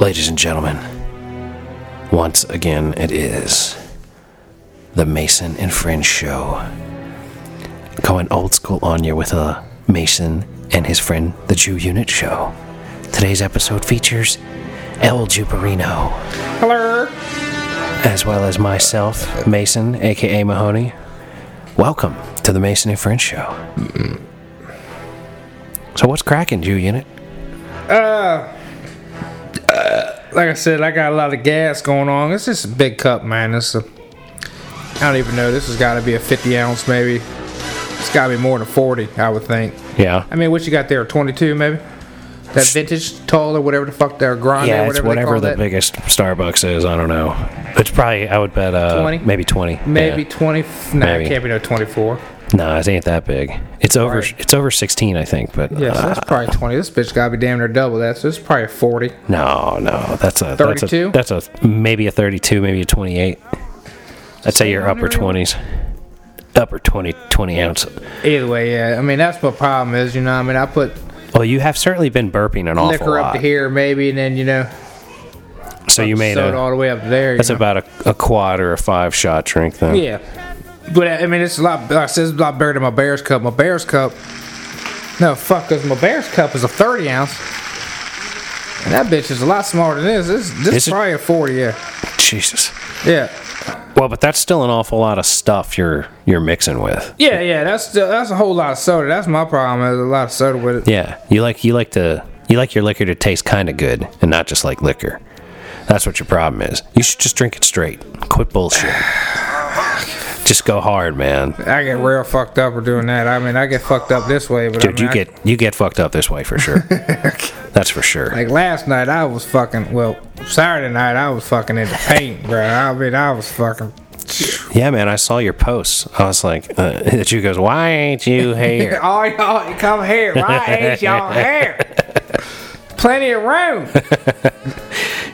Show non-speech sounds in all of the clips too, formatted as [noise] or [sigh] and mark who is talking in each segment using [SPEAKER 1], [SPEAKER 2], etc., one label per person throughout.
[SPEAKER 1] Ladies and gentlemen, once again it is the Mason and Friends show. Going old school on you with a Mason and his friend, the Jew Unit show. Today's episode features El Juperino.
[SPEAKER 2] Hello.
[SPEAKER 1] as well as myself, Mason, aka Mahoney. Welcome to the Mason and French Show. So, what's cracking, Jew Unit?
[SPEAKER 2] Like I said, I got a lot of gas going on. It's just a big cup, man. It's a, I don't even know. This has got to be a 50 ounce, maybe. It's got to be more than 40, I would think.
[SPEAKER 1] Yeah.
[SPEAKER 2] I mean, what you got there? 22, maybe? That vintage tall or whatever the fuck they're grind
[SPEAKER 1] Yeah,
[SPEAKER 2] or
[SPEAKER 1] it's
[SPEAKER 2] whatever, they
[SPEAKER 1] whatever
[SPEAKER 2] call
[SPEAKER 1] the
[SPEAKER 2] that.
[SPEAKER 1] biggest Starbucks is. I don't know. It's probably, I would bet, uh,
[SPEAKER 2] 20?
[SPEAKER 1] maybe 20.
[SPEAKER 2] Maybe
[SPEAKER 1] Yeah.
[SPEAKER 2] 20. Nah,
[SPEAKER 1] Maybe.
[SPEAKER 2] it can't be no 24.
[SPEAKER 1] No, it ain't that big. It's over
[SPEAKER 2] Right.
[SPEAKER 1] It's over 16, I think, but
[SPEAKER 2] Yeah, so
[SPEAKER 1] uh,
[SPEAKER 2] that's probably 20. This bitch got to be damn near double that. So it's probably 40.
[SPEAKER 1] no, no. That's a, that's a,
[SPEAKER 2] 32?
[SPEAKER 1] that's a, maybe a 32, maybe a 28. I'd say your upper 20s. Upper 20, 20 ounce.
[SPEAKER 2] Either way, yeah. I mean, that's my problem is, you know, I mean, I put
[SPEAKER 1] Well, you have certainly been burping an awful
[SPEAKER 2] liquor
[SPEAKER 1] lot.
[SPEAKER 2] up to here, maybe, and then, you know,
[SPEAKER 1] So you made
[SPEAKER 2] soda
[SPEAKER 1] a
[SPEAKER 2] all the way up to there. you
[SPEAKER 1] that's
[SPEAKER 2] know?
[SPEAKER 1] about a, a quad or a five shot drink then.
[SPEAKER 2] Yeah, but I mean, it's a lot. Like I said, it's a lot better than my Bears cup. My Bears cup. No fuck, cause my Bears cup is a thirty ounce, and that bitch is a lot smaller than this. This this
[SPEAKER 1] Is
[SPEAKER 2] is
[SPEAKER 1] it?
[SPEAKER 2] probably a forty. Yeah,
[SPEAKER 1] Jesus.
[SPEAKER 2] yeah,
[SPEAKER 1] Well, but that's still an awful lot of stuff you're you're mixing with.
[SPEAKER 2] yeah, yeah. That's that's a whole lot of soda. That's my problem. There's a lot of soda with it.
[SPEAKER 1] Yeah. You like you like to you like your liquor to taste kind of good and not just like liquor. That's what your problem is. You should just drink it straight. Quit bullshit.
[SPEAKER 2] [sighs]
[SPEAKER 1] just go hard, man.
[SPEAKER 2] I get real fucked up for doing that. I mean, I get fucked up this way, but I
[SPEAKER 1] Dude,
[SPEAKER 2] mean,
[SPEAKER 1] you
[SPEAKER 2] I-
[SPEAKER 1] get you get fucked up this way for sure.
[SPEAKER 2] [laughs]
[SPEAKER 1] that's for sure.
[SPEAKER 2] like last night. I was fucking well. Saturday night, I was fucking in the paint, bro. I mean, I was fucking.
[SPEAKER 1] yeah, man. I saw your posts. I was like, uh, [laughs] the Jew goes, "Why ain't you
[SPEAKER 2] [laughs]
[SPEAKER 1] here?"
[SPEAKER 2] Oh, y'all come here. Why
[SPEAKER 1] [laughs]
[SPEAKER 2] ain't y'all here? Plenty of room.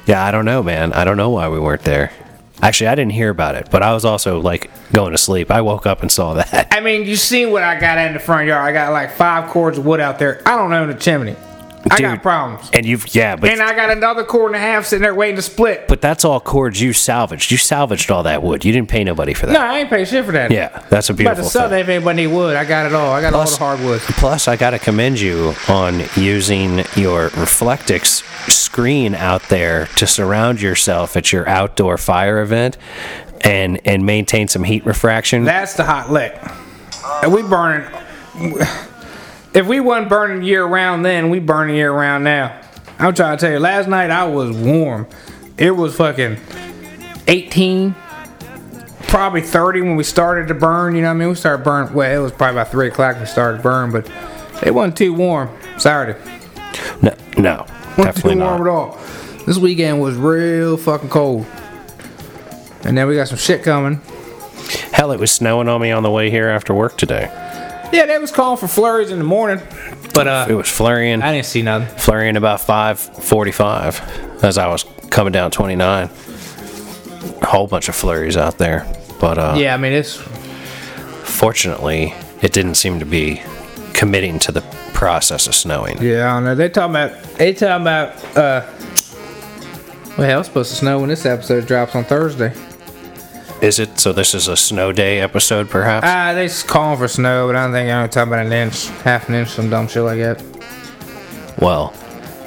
[SPEAKER 1] Yeah, I don't know, man. I don't know why we weren't there. Actually, I didn't hear about it, but I was also like going to sleep. I woke up and saw that. [laughs]
[SPEAKER 2] I mean, you see what I got in the front yard. I got like five cords of wood out there. I don't own a chimney. I
[SPEAKER 1] Dude.
[SPEAKER 2] got problems.
[SPEAKER 1] And you've yeah, but
[SPEAKER 2] And I got another cord and a half sitting there waiting to split.
[SPEAKER 1] but that's all cords you salvaged. You salvaged all that wood. You didn't pay nobody for that.
[SPEAKER 2] No, I ain't paying shit for that.
[SPEAKER 1] Yeah, that's a
[SPEAKER 2] But the
[SPEAKER 1] beautiful
[SPEAKER 2] sell
[SPEAKER 1] thing.
[SPEAKER 2] that if anybody need wood. I got it all. I got all
[SPEAKER 1] Plus-
[SPEAKER 2] the hardwoods.
[SPEAKER 1] Plus, I gotta commend you on using your Reflectix screen out there to surround yourself at your outdoor fire event, and and maintain some heat refraction.
[SPEAKER 2] That's the hot lick. And we burning. If we wasn't burning year round then, we burning year round now. I'm trying to tell you, last night I was warm. It was fucking 18, probably 30 when we started to burn. You know what I mean? We started burning. Well, it was probably about 3 o'clock we started to burn, but it wasn't too warm Saturday.
[SPEAKER 1] no,
[SPEAKER 2] [laughs]
[SPEAKER 1] no,
[SPEAKER 2] Wasn't
[SPEAKER 1] definitely
[SPEAKER 2] too
[SPEAKER 1] not.
[SPEAKER 2] warm at all. This weekend was real fucking cold. And then we got some shit coming.
[SPEAKER 1] Hell, it was snowing on me on the way here after work today.
[SPEAKER 2] Yeah, they was calling for flurries in the morning, but uh,
[SPEAKER 1] It was flurrying,
[SPEAKER 2] I didn't see nothing.
[SPEAKER 1] flurrying about 5:45 as I was coming down 29. A whole bunch of flurries out there, but uh,
[SPEAKER 2] Yeah, I mean it's
[SPEAKER 1] fortunately, it didn't seem to be committing to the process of snowing.
[SPEAKER 2] yeah. I don't know. They talking about they talking about uh. Well, hell, it's supposed to snow when this episode drops on Thursday.
[SPEAKER 1] Is it? So this is a snow day episode, perhaps?
[SPEAKER 2] Ah, they just calling for snow, but I don't think I'm talking about an inch, half an inch, some dumb shit like that.
[SPEAKER 1] well,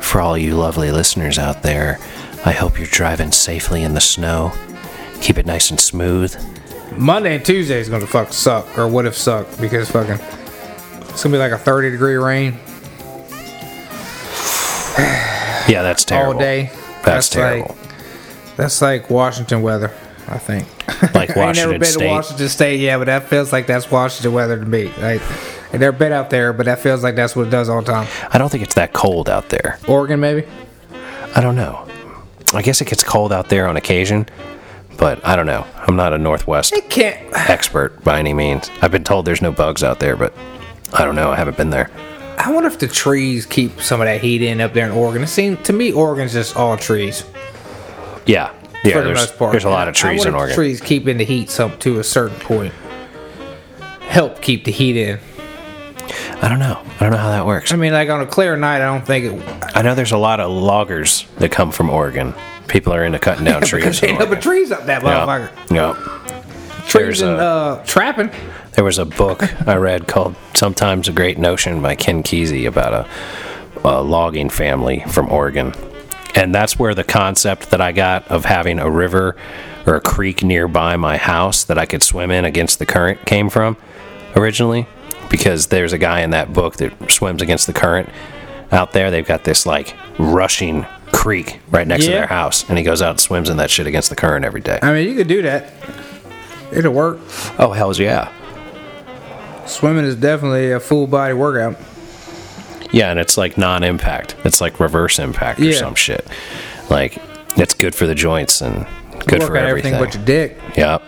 [SPEAKER 1] for all you lovely listeners out there, I hope you're driving safely in the snow. Keep it nice and smooth.
[SPEAKER 2] Monday and Tuesday is gonna fuck suck, or what if suck? Because fucking, it's gonna be like a 30 degree rain
[SPEAKER 1] Yeah, that's terrible.
[SPEAKER 2] all day.
[SPEAKER 1] That's, terrible.
[SPEAKER 2] Like, that's like Washington weather, I think.
[SPEAKER 1] Like
[SPEAKER 2] [laughs] I ain't
[SPEAKER 1] Washington
[SPEAKER 2] never been to
[SPEAKER 1] State.
[SPEAKER 2] Washington State yet, but that feels like that's Washington weather to me. Like, I never been out there, but that feels like that's what it does all the time.
[SPEAKER 1] I don't think it's that cold out there.
[SPEAKER 2] Oregon, maybe.
[SPEAKER 1] I don't know. I guess it gets cold out there on occasion, but I don't know. I'm not a Northwest
[SPEAKER 2] It can't.
[SPEAKER 1] expert by any means. I've been told there's no bugs out there, but I don't know. I haven't been there.
[SPEAKER 2] I wonder if the trees keep some of that heat in up there in Oregon. It seems to me Oregon's just all trees
[SPEAKER 1] Yeah. Yeah,
[SPEAKER 2] for the
[SPEAKER 1] there's,
[SPEAKER 2] most part.
[SPEAKER 1] there's a lot of
[SPEAKER 2] I
[SPEAKER 1] trees
[SPEAKER 2] wonder
[SPEAKER 1] in
[SPEAKER 2] if the
[SPEAKER 1] Oregon.
[SPEAKER 2] Trees keeping the heat some to a certain point. Help keep the heat in.
[SPEAKER 1] I I don't know. I don't know how that works.
[SPEAKER 2] I mean, like on a clear night, I don't think it.
[SPEAKER 1] I know there's a lot of loggers that come from Oregon. People are into cutting down trees.
[SPEAKER 2] Because
[SPEAKER 1] in
[SPEAKER 2] ain't up
[SPEAKER 1] Oregon.
[SPEAKER 2] trees up that motherfucker.
[SPEAKER 1] Yeah. Yeah.
[SPEAKER 2] Trees
[SPEAKER 1] There's
[SPEAKER 2] and
[SPEAKER 1] a-
[SPEAKER 2] uh, trapping.
[SPEAKER 1] There was a book I read called Sometimes a Great Notion by Ken Kesey about a, a logging family from Oregon. And that's where the concept that I got of having a river or a creek nearby my house that I could swim in against the current came from originally. Because there's a guy in that book that swims against the current out there. They've got this like rushing creek right next to
[SPEAKER 2] Yeah.
[SPEAKER 1] their house. And he goes out and swims in that shit against the current every day.
[SPEAKER 2] I mean, you could do that. It'll work.
[SPEAKER 1] Oh, hells yeah.
[SPEAKER 2] Swimming is definitely a full body workout.
[SPEAKER 1] Yeah, and it's like non impact. It's like reverse impact or
[SPEAKER 2] Yeah.
[SPEAKER 1] some shit. Like it's good for the joints and good
[SPEAKER 2] work
[SPEAKER 1] for
[SPEAKER 2] out
[SPEAKER 1] everything.
[SPEAKER 2] everything but your dick.
[SPEAKER 1] yeah.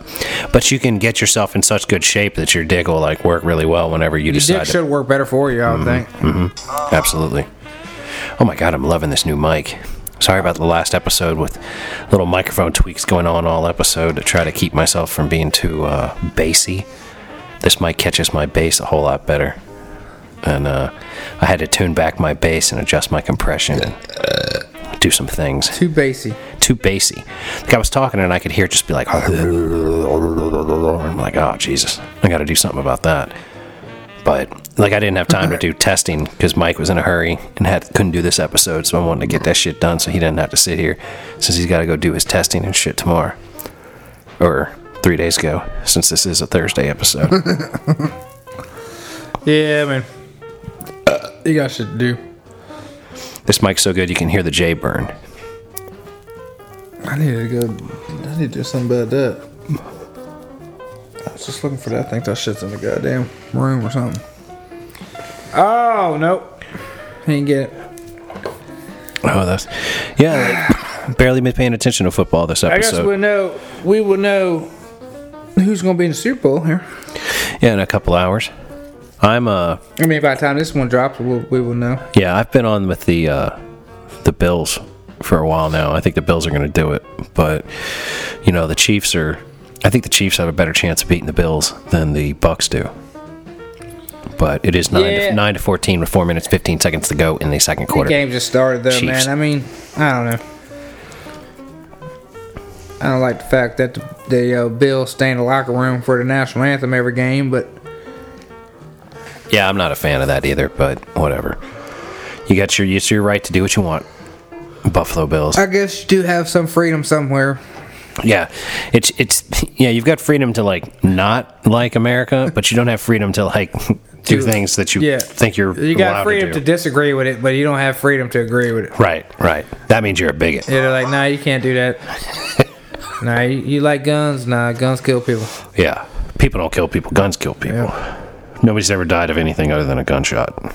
[SPEAKER 1] But you can get yourself in such good shape that your dick will like work really well whenever you
[SPEAKER 2] Your
[SPEAKER 1] decide
[SPEAKER 2] dick
[SPEAKER 1] to. Mm-hmm.
[SPEAKER 2] should work better for you, I would think.
[SPEAKER 1] Absolutely. Oh my god, I'm loving this new mic. Sorry about the last episode with little microphone tweaks going on all episode to try to keep myself from being too uh, bassy. This mic catches my bass a whole lot better. And uh, I had to tune back my bass and adjust my compression and do some things
[SPEAKER 2] Too bassy.
[SPEAKER 1] too bassy. Like I was talking and I could hear just be like, I'm like, oh Jesus, I got to do something about that. But like I didn't have time
[SPEAKER 2] [laughs]
[SPEAKER 1] to do testing because Mike was in a hurry and had couldn't do this episode, so I wanted to get that shit done so he didn't have to sit here since he's got to go do his testing and shit tomorrow or three days ago since this is a Thursday
[SPEAKER 2] [laughs]
[SPEAKER 1] episode.
[SPEAKER 2] Yeah, man. You got shit to do.
[SPEAKER 1] this mic's so good you can hear the J burn.
[SPEAKER 2] I need to go. I need to do something about that. I was just looking for that. I think that shit's in the goddamn room or something. Oh nope, ain't get it.
[SPEAKER 1] Oh, that's yeah. Like, barely been paying attention to football this
[SPEAKER 2] I guess
[SPEAKER 1] episode.
[SPEAKER 2] we'll know. We will know who's gonna be in the Super Bowl here.
[SPEAKER 1] yeah, in a couple hours. I'm uh
[SPEAKER 2] I mean, by the time this one drops, we'll, we will know.
[SPEAKER 1] Yeah, I've been on with the uh, the Bills for a while now. I think the Bills are going to do it, but you know the Chiefs are. I think the Chiefs have a better chance of beating the Bills than the Bucks do. But it is nine
[SPEAKER 2] Yeah.
[SPEAKER 1] to, nine to fourteen with four minutes fifteen seconds to go in the second
[SPEAKER 2] The
[SPEAKER 1] quarter.
[SPEAKER 2] game just started though,
[SPEAKER 1] Chiefs.
[SPEAKER 2] man. I mean, I don't know. I don't like the fact that the, the uh, Bills stay in the locker room for the national anthem every game, but
[SPEAKER 1] Yeah, I'm not a fan of that either, but whatever. You got your it's your right to do what you want. Buffalo Bills.
[SPEAKER 2] I guess you do have some freedom somewhere.
[SPEAKER 1] Yeah, it's it's [laughs] yeah. You've got freedom to like not like America, but you don't have freedom to like [laughs] do
[SPEAKER 2] To-
[SPEAKER 1] things that you
[SPEAKER 2] yeah.
[SPEAKER 1] think you're
[SPEAKER 2] You
[SPEAKER 1] allowed
[SPEAKER 2] got freedom to
[SPEAKER 1] do.
[SPEAKER 2] disagree with it, but you don't have freedom to agree with it.
[SPEAKER 1] right, right. That means you're a bigot.
[SPEAKER 2] Yeah, they're like, nah, you can't do that. [laughs] nah, you, you like guns? Nah, guns kill people.
[SPEAKER 1] Yeah, people don't kill people. Guns kill people. Nobody's ever died of anything other than a gunshot.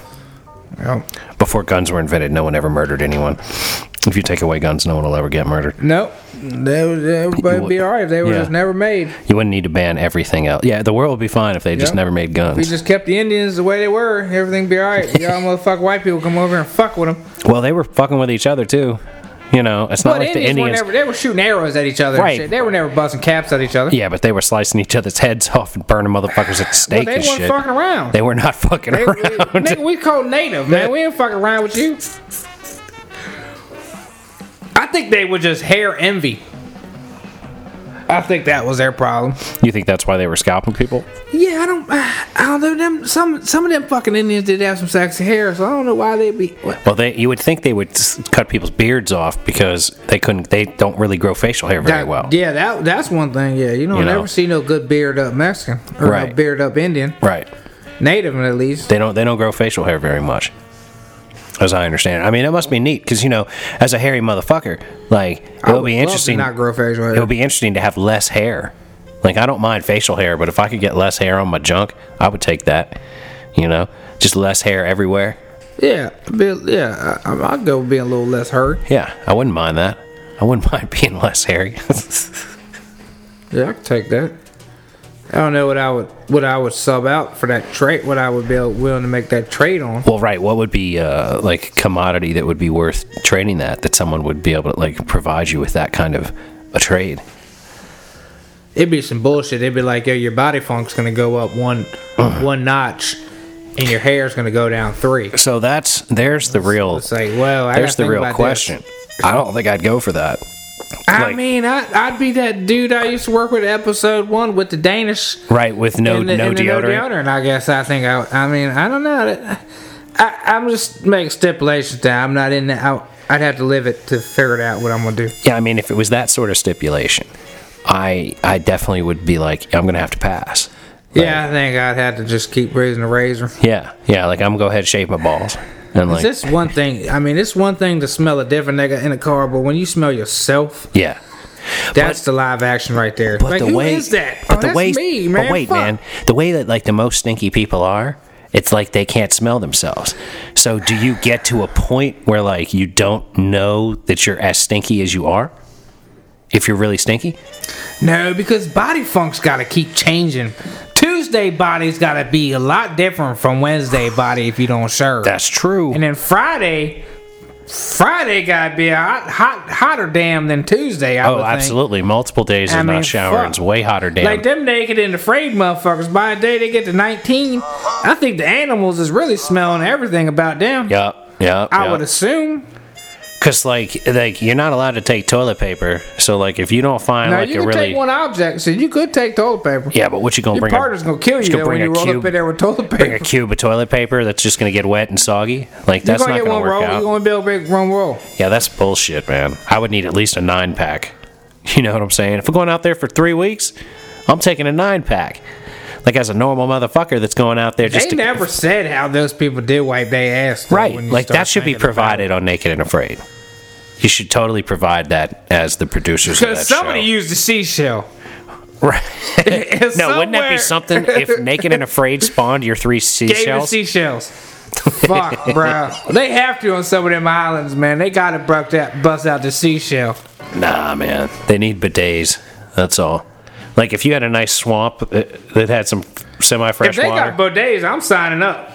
[SPEAKER 2] Oh.
[SPEAKER 1] Before guns were invented, no one ever murdered anyone. If you take away guns, no one will ever get murdered.
[SPEAKER 2] Nope. They, would- everybody would be all right if they were
[SPEAKER 1] Yeah.
[SPEAKER 2] just never made.
[SPEAKER 1] You wouldn't need to ban everything else. Yeah, the world would be fine if they just
[SPEAKER 2] Yeah.
[SPEAKER 1] never made
[SPEAKER 2] We
[SPEAKER 1] guns.
[SPEAKER 2] just kept the Indians the way they were. Everything be
[SPEAKER 1] [laughs]
[SPEAKER 2] all right. Y'all motherfuck white people come over and fuck with them.
[SPEAKER 1] well, they were fucking with each other too. You know, it's not
[SPEAKER 2] But
[SPEAKER 1] like
[SPEAKER 2] Indians,
[SPEAKER 1] the
[SPEAKER 2] were
[SPEAKER 1] Indians.
[SPEAKER 2] never, they were shooting arrows at each other. and
[SPEAKER 1] Right.
[SPEAKER 2] shit. They were never busting caps at each other.
[SPEAKER 1] Yeah, but they were slicing each other's heads off and burning motherfuckers at the
[SPEAKER 2] Well,
[SPEAKER 1] stake
[SPEAKER 2] they
[SPEAKER 1] and
[SPEAKER 2] weren't
[SPEAKER 1] shit.
[SPEAKER 2] fucking around.
[SPEAKER 1] They were not fucking
[SPEAKER 2] They-
[SPEAKER 1] around. [laughs]
[SPEAKER 2] Nigga, we call native, man. We ain't fucking around with you. I think they were just hair envy. I think that was their problem.
[SPEAKER 1] you think that's why they were scalping people?
[SPEAKER 2] Yeah, I don't. [sighs] I don't know them. Some some of them fucking Indians did have some sexy hair, so I don't know why they'd be.
[SPEAKER 1] Well, they you would think they would s- cut people's beards off because they couldn't. They don't really grow facial hair very
[SPEAKER 2] That-
[SPEAKER 1] well.
[SPEAKER 2] Yeah, that that's one thing. Yeah, you don't
[SPEAKER 1] You know.
[SPEAKER 2] ever see no good beard up Mexican or no
[SPEAKER 1] Right.
[SPEAKER 2] beard up Indian,
[SPEAKER 1] Right.
[SPEAKER 2] native at least.
[SPEAKER 1] They don't. They don't grow facial hair very much, as I understand. it. I mean, it must be neat because you know, as a hairy motherfucker, like it
[SPEAKER 2] I
[SPEAKER 1] would
[SPEAKER 2] would
[SPEAKER 1] be
[SPEAKER 2] love to
[SPEAKER 1] interesting.
[SPEAKER 2] not grow facial hair.
[SPEAKER 1] It would be interesting to have less hair. Like I don't mind facial hair, but if I could get less hair on my junk, I would take that. You know, just less hair everywhere.
[SPEAKER 2] Yeah, be, yeah, I, I- I'd go with being a little less hurt.
[SPEAKER 1] Yeah, I wouldn't mind that. I wouldn't [laughs] mind being less hairy. [laughs]
[SPEAKER 2] Yeah, I could take that. I don't know what I would what I would sub out for that trade. What I would be willing to make that trade on.
[SPEAKER 1] well, right. What would be uh, like commodity that would be worth trading that that someone would be able to like provide you with that kind of a trade?
[SPEAKER 2] It'd be some bullshit. It'd be like, yo, your body funk's gonna go up one one notch and your hair's gonna go down three.
[SPEAKER 1] So that's there's the real
[SPEAKER 2] It's like, well, I
[SPEAKER 1] there's
[SPEAKER 2] gotta
[SPEAKER 1] the
[SPEAKER 2] think
[SPEAKER 1] real
[SPEAKER 2] about
[SPEAKER 1] question. I don't think I'd go for that.
[SPEAKER 2] this. I
[SPEAKER 1] Like-
[SPEAKER 2] mean, I, I'd be that dude I used to work with episode one with the Danish
[SPEAKER 1] Right, with no
[SPEAKER 2] and the-
[SPEAKER 1] no
[SPEAKER 2] and the
[SPEAKER 1] deodorant.
[SPEAKER 2] deodorant. I guess I think I. I mean, I don't know. That- I, I'm just making stipulations that I'm not in that. I, I'd have to live it to figure it out what I'm gonna do.
[SPEAKER 1] Yeah, I mean, if it was that sort of stipulation, I I definitely would be like, I'm gonna have to pass. Like,
[SPEAKER 2] Yeah, I think I'd have to just keep raising the razor.
[SPEAKER 1] yeah, yeah. Like I'm gonna go ahead and shave my balls. And like,
[SPEAKER 2] It's one thing. I mean, it's one thing to smell a different nigga in a car, but when you smell yourself,
[SPEAKER 1] yeah.
[SPEAKER 2] that's the live action right there.
[SPEAKER 1] But
[SPEAKER 2] like,
[SPEAKER 1] the
[SPEAKER 2] who
[SPEAKER 1] way
[SPEAKER 2] is that?
[SPEAKER 1] But
[SPEAKER 2] oh,
[SPEAKER 1] the
[SPEAKER 2] that's
[SPEAKER 1] way,
[SPEAKER 2] me, man.
[SPEAKER 1] But wait,
[SPEAKER 2] Fuck.
[SPEAKER 1] man. The way that like the most stinky people are, it's like they can't smell themselves. So do you get to a point where like you don't know that you're as stinky as you are? If you're really stinky?
[SPEAKER 2] No, because body funk's got to keep changing. Tuesday body's got to be a lot different from Wednesday [sighs] body if you don't serve.
[SPEAKER 1] That's true.
[SPEAKER 2] And then Friday, Friday gotta be a hot, hot, hotter damn than Tuesday. I
[SPEAKER 1] oh,
[SPEAKER 2] would think.
[SPEAKER 1] absolutely. Multiple days of
[SPEAKER 2] I mean,
[SPEAKER 1] not showering
[SPEAKER 2] fuck.
[SPEAKER 1] is way hotter damn.
[SPEAKER 2] Like them naked and afraid motherfuckers. By the day they get to nineteen, I think the animals is really smelling everything about them.
[SPEAKER 1] Yep. Yep.
[SPEAKER 2] I
[SPEAKER 1] yep.
[SPEAKER 2] would assume.
[SPEAKER 1] Cause like like you're not allowed to take toilet paper. So like if you don't find
[SPEAKER 2] Now
[SPEAKER 1] like
[SPEAKER 2] you
[SPEAKER 1] a
[SPEAKER 2] can
[SPEAKER 1] really
[SPEAKER 2] take one object, so you could take toilet paper.
[SPEAKER 1] yeah, but what you gonna
[SPEAKER 2] Your
[SPEAKER 1] bring?
[SPEAKER 2] partner's
[SPEAKER 1] a,
[SPEAKER 2] gonna kill you
[SPEAKER 1] just gonna
[SPEAKER 2] though when
[SPEAKER 1] bring
[SPEAKER 2] you
[SPEAKER 1] a
[SPEAKER 2] roll
[SPEAKER 1] cube,
[SPEAKER 2] up in there with toilet
[SPEAKER 1] Bring a
[SPEAKER 2] paper.
[SPEAKER 1] cube of toilet paper that's just gonna get wet and soggy. Like that's not
[SPEAKER 2] You're gonna get
[SPEAKER 1] gonna
[SPEAKER 2] one
[SPEAKER 1] work
[SPEAKER 2] roll.
[SPEAKER 1] out.
[SPEAKER 2] You're gonna build big one roll.
[SPEAKER 1] Yeah, that's bullshit, man. I would need at least a nine pack. [laughs] You know what I'm saying? If we're going out there for three weeks, I'm taking a nine pack. Like as a normal motherfucker that's going out there just
[SPEAKER 2] They
[SPEAKER 1] to
[SPEAKER 2] never said how those people did wipe their ass. though,
[SPEAKER 1] right.
[SPEAKER 2] when you
[SPEAKER 1] Like
[SPEAKER 2] start
[SPEAKER 1] that should be
[SPEAKER 2] thinking about it.
[SPEAKER 1] provided on Naked and Afraid. You should totally provide that as the producers of that
[SPEAKER 2] Because somebody
[SPEAKER 1] show.
[SPEAKER 2] used the seashell.
[SPEAKER 1] [laughs] Right. no, wouldn't that be
[SPEAKER 2] Somewhere-
[SPEAKER 1] something
[SPEAKER 2] [laughs]
[SPEAKER 1] if Naked and Afraid spawned your three
[SPEAKER 2] Gave the
[SPEAKER 1] seashells?
[SPEAKER 2] seashells.
[SPEAKER 1] [laughs]
[SPEAKER 2] Fuck, bro. They have to on some of them islands, man. They gotta buck that bust out the seashell.
[SPEAKER 1] nah, man. They need bidets. That's all. Like if you had a nice swamp uh, that had some
[SPEAKER 2] If
[SPEAKER 1] semi-fresh
[SPEAKER 2] they
[SPEAKER 1] water,
[SPEAKER 2] got bidets, I'm signing up.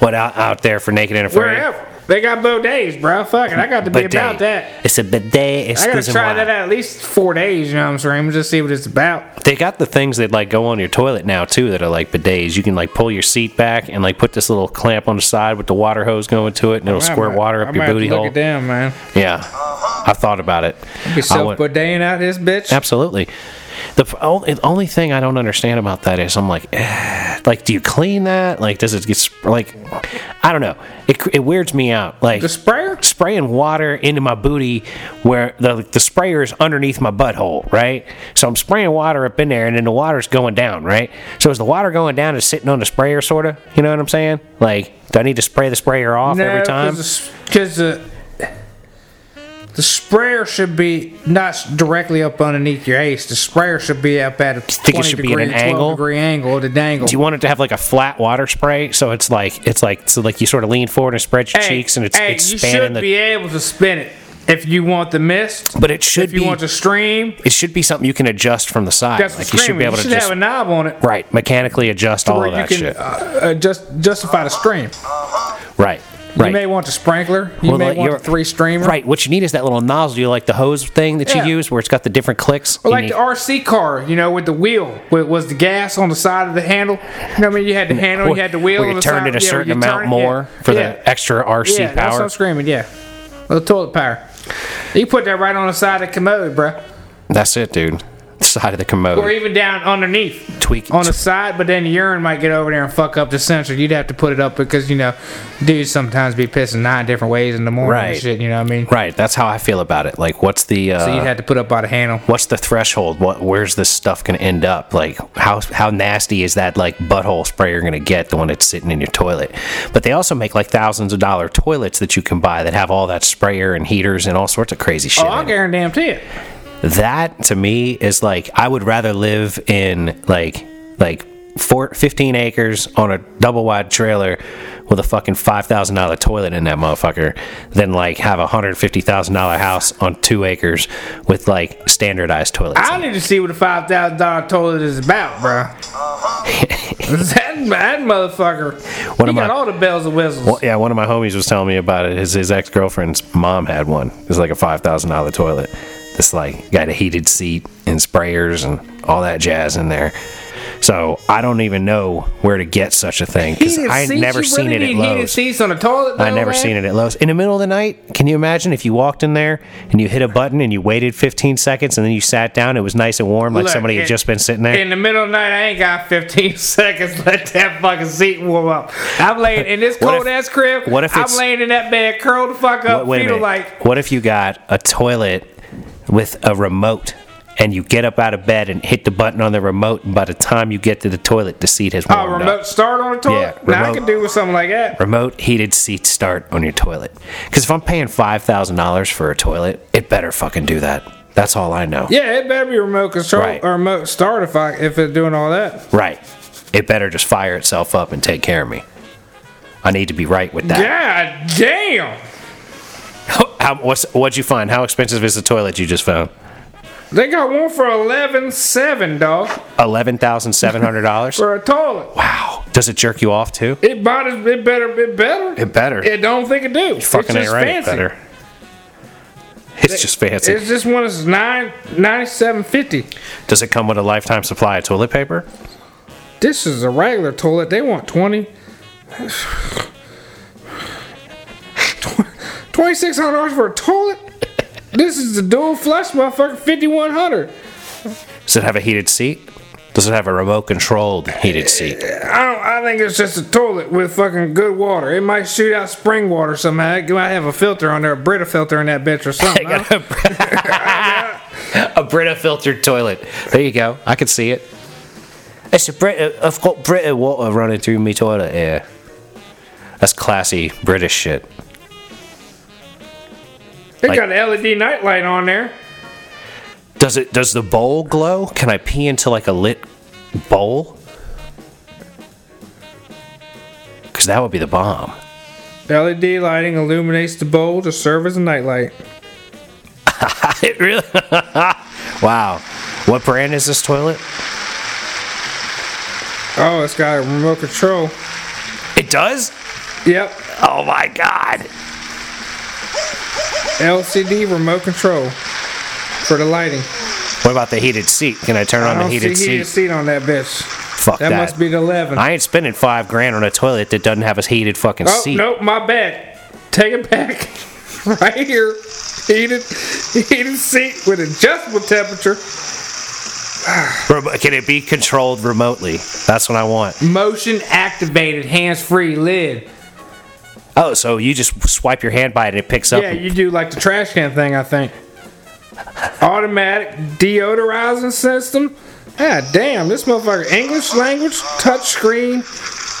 [SPEAKER 1] what out, out there for Naked and Afraid?
[SPEAKER 2] Wherever. They got bidets, bro. Fuck it. I got to be
[SPEAKER 1] Bidet.
[SPEAKER 2] about that.
[SPEAKER 1] It's a bidet
[SPEAKER 2] I gotta
[SPEAKER 1] exclusive.
[SPEAKER 2] try that
[SPEAKER 1] wine.
[SPEAKER 2] out at least four days, you know what I'm saying? Just see what it's about.
[SPEAKER 1] They got the things that like go on your toilet now too that are like bidets. You can like pull your seat back and like put this little clamp on the side with the water hose going to it, and it'll squirt
[SPEAKER 2] I might-
[SPEAKER 1] water up
[SPEAKER 2] I
[SPEAKER 1] your
[SPEAKER 2] might have to
[SPEAKER 1] booty
[SPEAKER 2] look
[SPEAKER 1] hole.
[SPEAKER 2] it down, man.
[SPEAKER 1] Yeah, I thought about it.
[SPEAKER 2] Be
[SPEAKER 1] I
[SPEAKER 2] self
[SPEAKER 1] went-
[SPEAKER 2] bideting out this bitch.
[SPEAKER 1] Absolutely. The f- o- the only thing I don't understand about that is I'm like, eh, like, do you clean that? Like, does it get sp- like, I don't know. It, cr- it weirds me out. Like
[SPEAKER 2] The sprayer?
[SPEAKER 1] spraying water into my booty where the the sprayer is underneath my butthole, right? So I'm spraying water up in there, and then the water's going down, right? So is the water going down and sitting on the sprayer, sort of? You know what I'm saying? Like, do I need to spray the sprayer off every time?
[SPEAKER 2] Because the, the sprayer should be not s- directly up underneath your ace. The sprayer should be up at a
[SPEAKER 1] think it
[SPEAKER 2] 20
[SPEAKER 1] should be
[SPEAKER 2] degree,
[SPEAKER 1] at an
[SPEAKER 2] 12
[SPEAKER 1] angle?
[SPEAKER 2] degree angle to dangle.
[SPEAKER 1] Do you want it to have like a flat water spray? So it's like it's like so like you sort of lean forward and spread your
[SPEAKER 2] Hey,
[SPEAKER 1] cheeks, and it's
[SPEAKER 2] hey,
[SPEAKER 1] it's
[SPEAKER 2] you should
[SPEAKER 1] spanning the.
[SPEAKER 2] be able to spin it if you want the mist.
[SPEAKER 1] but it should
[SPEAKER 2] if you
[SPEAKER 1] be
[SPEAKER 2] want the stream,
[SPEAKER 1] it should be something you can adjust from the side.
[SPEAKER 2] that's
[SPEAKER 1] like
[SPEAKER 2] the
[SPEAKER 1] you should
[SPEAKER 2] stream.
[SPEAKER 1] be able to
[SPEAKER 2] you should
[SPEAKER 1] just
[SPEAKER 2] have a knob on it
[SPEAKER 1] right mechanically adjust all
[SPEAKER 2] where
[SPEAKER 1] of
[SPEAKER 2] you
[SPEAKER 1] that
[SPEAKER 2] can
[SPEAKER 1] shit.
[SPEAKER 2] uh, uh, just justify the stream.
[SPEAKER 1] right,
[SPEAKER 2] You
[SPEAKER 1] right.
[SPEAKER 2] may want the sprinkler. You
[SPEAKER 1] Well,
[SPEAKER 2] may
[SPEAKER 1] like
[SPEAKER 2] want
[SPEAKER 1] your-
[SPEAKER 2] the three streamer.
[SPEAKER 1] Right, what you need is that little nozzle, you like the hose thing that
[SPEAKER 2] Yeah.
[SPEAKER 1] you use, where it's got the different clicks.
[SPEAKER 2] Or
[SPEAKER 1] You
[SPEAKER 2] like
[SPEAKER 1] need-
[SPEAKER 2] the RC car, you know, with the wheel, with, was the gas on the side of the handle. You know, what I mean, you had the handle, you had the wheel.
[SPEAKER 1] Mm, where
[SPEAKER 2] on
[SPEAKER 1] you
[SPEAKER 2] the
[SPEAKER 1] turned
[SPEAKER 2] side.
[SPEAKER 1] it a
[SPEAKER 2] yeah,
[SPEAKER 1] certain
[SPEAKER 2] you
[SPEAKER 1] amount
[SPEAKER 2] turn it,
[SPEAKER 1] more
[SPEAKER 2] yeah.
[SPEAKER 1] for
[SPEAKER 2] Yeah.
[SPEAKER 1] the extra RC
[SPEAKER 2] yeah, That's what
[SPEAKER 1] power.
[SPEAKER 2] I'm screaming. Yeah, the toilet power. You put that right on the side of the commode, bro,
[SPEAKER 1] That's it, dude. Side of the commode.
[SPEAKER 2] or even down underneath
[SPEAKER 1] tweak
[SPEAKER 2] on the side. But then the urine might get over there and fuck up the sensor. You'd have to put it up because you know, dudes sometimes be pissing nine different ways in the morning
[SPEAKER 1] Right.
[SPEAKER 2] and shit. You know what I mean?
[SPEAKER 1] Right, that's how I feel about it. Like, what's the uh,
[SPEAKER 2] So you'd have to put up by the handle.
[SPEAKER 1] what's the threshold? What where's this stuff gonna end up? Like how how nasty is that like butthole sprayer gonna get? The one that's sitting in your toilet. But they also make like thousands of dollar toilets that you can buy that have all that sprayer and heaters and all sorts of crazy shit.
[SPEAKER 2] Oh, I
[SPEAKER 1] in it.
[SPEAKER 2] guarantee it.
[SPEAKER 1] That to me is like I would rather live in like like. Four, 15 acres on a double wide trailer with a fucking $5,000 toilet in that motherfucker than like have a $150,000 house on two acres with like standardized toilets.
[SPEAKER 2] I need to see what a five thousand dollar toilet is about, bro.
[SPEAKER 1] Uh-huh.
[SPEAKER 2] [laughs] that, that motherfucker.
[SPEAKER 1] What
[SPEAKER 2] he
[SPEAKER 1] am
[SPEAKER 2] got
[SPEAKER 1] I-
[SPEAKER 2] all the bells and whistles.
[SPEAKER 1] Well, yeah, one of my homies was telling me about it. His his ex girlfriend's mom had one. It was like a five thousand dollar toilet. It's like got a heated seat and sprayers and all that jazz in there. So I don't even know where to get such a thing because
[SPEAKER 2] Heated
[SPEAKER 1] I
[SPEAKER 2] seats?
[SPEAKER 1] never
[SPEAKER 2] You
[SPEAKER 1] seen
[SPEAKER 2] really
[SPEAKER 1] it at
[SPEAKER 2] need Heated
[SPEAKER 1] Lowe's.
[SPEAKER 2] seats on a toilet.
[SPEAKER 1] I never seen it at Lowe's. In the middle of the night, can you imagine if you walked in there and you hit a button and you waited 15 seconds and then you sat down? It was nice and warm, like
[SPEAKER 2] Look,
[SPEAKER 1] somebody had
[SPEAKER 2] it-
[SPEAKER 1] just been sitting there.
[SPEAKER 2] In the middle of the night, I ain't got 15 [laughs] seconds. Let that fucking seat warm up. I'm laying in
[SPEAKER 1] [laughs]
[SPEAKER 2] this
[SPEAKER 1] What if-
[SPEAKER 2] cold ass crib.
[SPEAKER 1] what if
[SPEAKER 2] I'm
[SPEAKER 1] it's-
[SPEAKER 2] laying in that bed, curled the fuck up,
[SPEAKER 1] wait a
[SPEAKER 2] fetal
[SPEAKER 1] minute.
[SPEAKER 2] like.
[SPEAKER 1] What if you got a toilet with a remote and you get up out of bed and hit the button on the remote, and by the time you get to the toilet, the seat has
[SPEAKER 2] Oh,
[SPEAKER 1] warmed
[SPEAKER 2] remote
[SPEAKER 1] up.
[SPEAKER 2] start on the toilet.
[SPEAKER 1] Yeah,
[SPEAKER 2] now I
[SPEAKER 1] remote-
[SPEAKER 2] can do with something like that.
[SPEAKER 1] Remote heated seat start on your toilet. Because if I'm paying five thousand dollars for a toilet, it better fucking do that. That's all I know.
[SPEAKER 2] Yeah, it better be remote control
[SPEAKER 1] Right.
[SPEAKER 2] or remote start if I if it's doing all that.
[SPEAKER 1] Right. It better just fire itself up and take care of me. I need to be right with that.
[SPEAKER 2] God damn!
[SPEAKER 1] [laughs] How, what's, what'd you find? How expensive is the toilet you just found?
[SPEAKER 2] They got one for eleven seven, dog,
[SPEAKER 1] Eleven thousand seven hundred
[SPEAKER 2] [laughs]
[SPEAKER 1] dollars.
[SPEAKER 2] for a toilet.
[SPEAKER 1] Wow. Does it jerk you off too?
[SPEAKER 2] It bought it it better, it better.
[SPEAKER 1] It better.
[SPEAKER 2] It don't think it do. It's
[SPEAKER 1] fucking ain't
[SPEAKER 2] just
[SPEAKER 1] right
[SPEAKER 2] fancy.
[SPEAKER 1] better. It's just fancy.
[SPEAKER 2] It's just one that's nine ninety seven fifty.
[SPEAKER 1] Does it come with a lifetime supply of toilet paper?
[SPEAKER 2] This is a regular toilet. They want 20. [sighs] 2600 dollars for a toilet? This is the dual flush motherfucker 5100.
[SPEAKER 1] Does it have a heated seat? Does it have a remote controlled heated seat?
[SPEAKER 2] I don't, I think it's just a toilet with fucking good water. It might shoot out spring water somehow. It might have a filter on there, a Brita filter in that bitch or something.
[SPEAKER 1] [laughs]
[SPEAKER 2] I don't-
[SPEAKER 1] a Brita filtered toilet. There you go. I can see it. It's a Brita. I've got Brita water running through me toilet. Yeah, that's classy British shit.
[SPEAKER 2] It
[SPEAKER 1] Like-
[SPEAKER 2] got E an LED nightlight on there.
[SPEAKER 1] Does it? Does the bowl glow? Can I pee into like a lit bowl? Because that would be the bomb. [laughs]
[SPEAKER 2] LED E lighting illuminates the bowl to serve as a nightlight.
[SPEAKER 1] It really. [laughs] wow. What brand is this toilet?
[SPEAKER 2] Oh, it's got a remote control.
[SPEAKER 1] It does.
[SPEAKER 2] Yep,
[SPEAKER 1] Oh my god.
[SPEAKER 2] LCD remote control for the lighting.
[SPEAKER 1] What about the heated seat? Can I turn on
[SPEAKER 2] I
[SPEAKER 1] the
[SPEAKER 2] don't
[SPEAKER 1] heated
[SPEAKER 2] see
[SPEAKER 1] seat?
[SPEAKER 2] heated seat on that bitch.
[SPEAKER 1] Fuck that.
[SPEAKER 2] That, must be the 11.
[SPEAKER 1] I ain't spending five grand on a toilet that doesn't have a heated fucking
[SPEAKER 2] oh,
[SPEAKER 1] seat.
[SPEAKER 2] nope, my bad. Take it back. [laughs] right here. Heated, heated seat with adjustable temperature.
[SPEAKER 1] Remo- Can it be controlled remotely? That's what I want.
[SPEAKER 2] Motion activated hands free lid.
[SPEAKER 1] Oh, so you just swipe your hand by it and it picks up.
[SPEAKER 2] Yeah, you do like the trash can thing, I think. Automatic deodorizing system. Ah, damn, this motherfucker. English language, touch screen.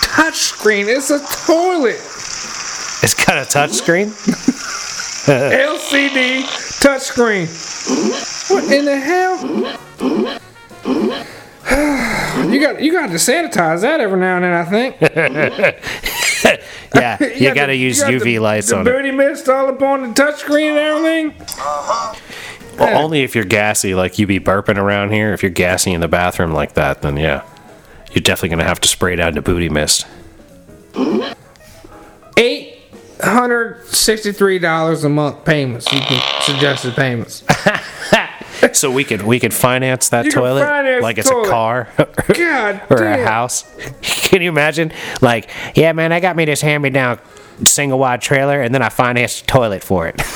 [SPEAKER 2] Touch screen, it's a toilet.
[SPEAKER 1] It's got a touch screen.
[SPEAKER 2] LCD touchscreen. What in the hell? [sighs] You got you got to sanitize that every now and then. I think [laughs]
[SPEAKER 1] Yeah, [laughs] you,
[SPEAKER 2] got
[SPEAKER 1] gotta
[SPEAKER 2] the-
[SPEAKER 1] use
[SPEAKER 2] got
[SPEAKER 1] UV
[SPEAKER 2] the-
[SPEAKER 1] lights
[SPEAKER 2] the
[SPEAKER 1] on it.
[SPEAKER 2] Booty mist all up on the touchscreen and everything.
[SPEAKER 1] Well, only if you're gassy, like you be burping around here. If you're gassy in the bathroom like that, then yeah, you're definitely gonna have to spray down the booty mist.
[SPEAKER 2] Eight hundred sixty-three dollars a month payments. You can suggested
[SPEAKER 1] [laughs]
[SPEAKER 2] payments.
[SPEAKER 1] So we could we could finance that
[SPEAKER 2] You can
[SPEAKER 1] toilet
[SPEAKER 2] finance
[SPEAKER 1] like
[SPEAKER 2] the
[SPEAKER 1] it's
[SPEAKER 2] toilet.
[SPEAKER 1] a car [laughs]
[SPEAKER 2] God
[SPEAKER 1] or
[SPEAKER 2] damn.
[SPEAKER 1] a house. [laughs] Can you imagine? Like, yeah, man, I got me this hand me down single wide trailer, and then I financed a toilet for it.
[SPEAKER 2] This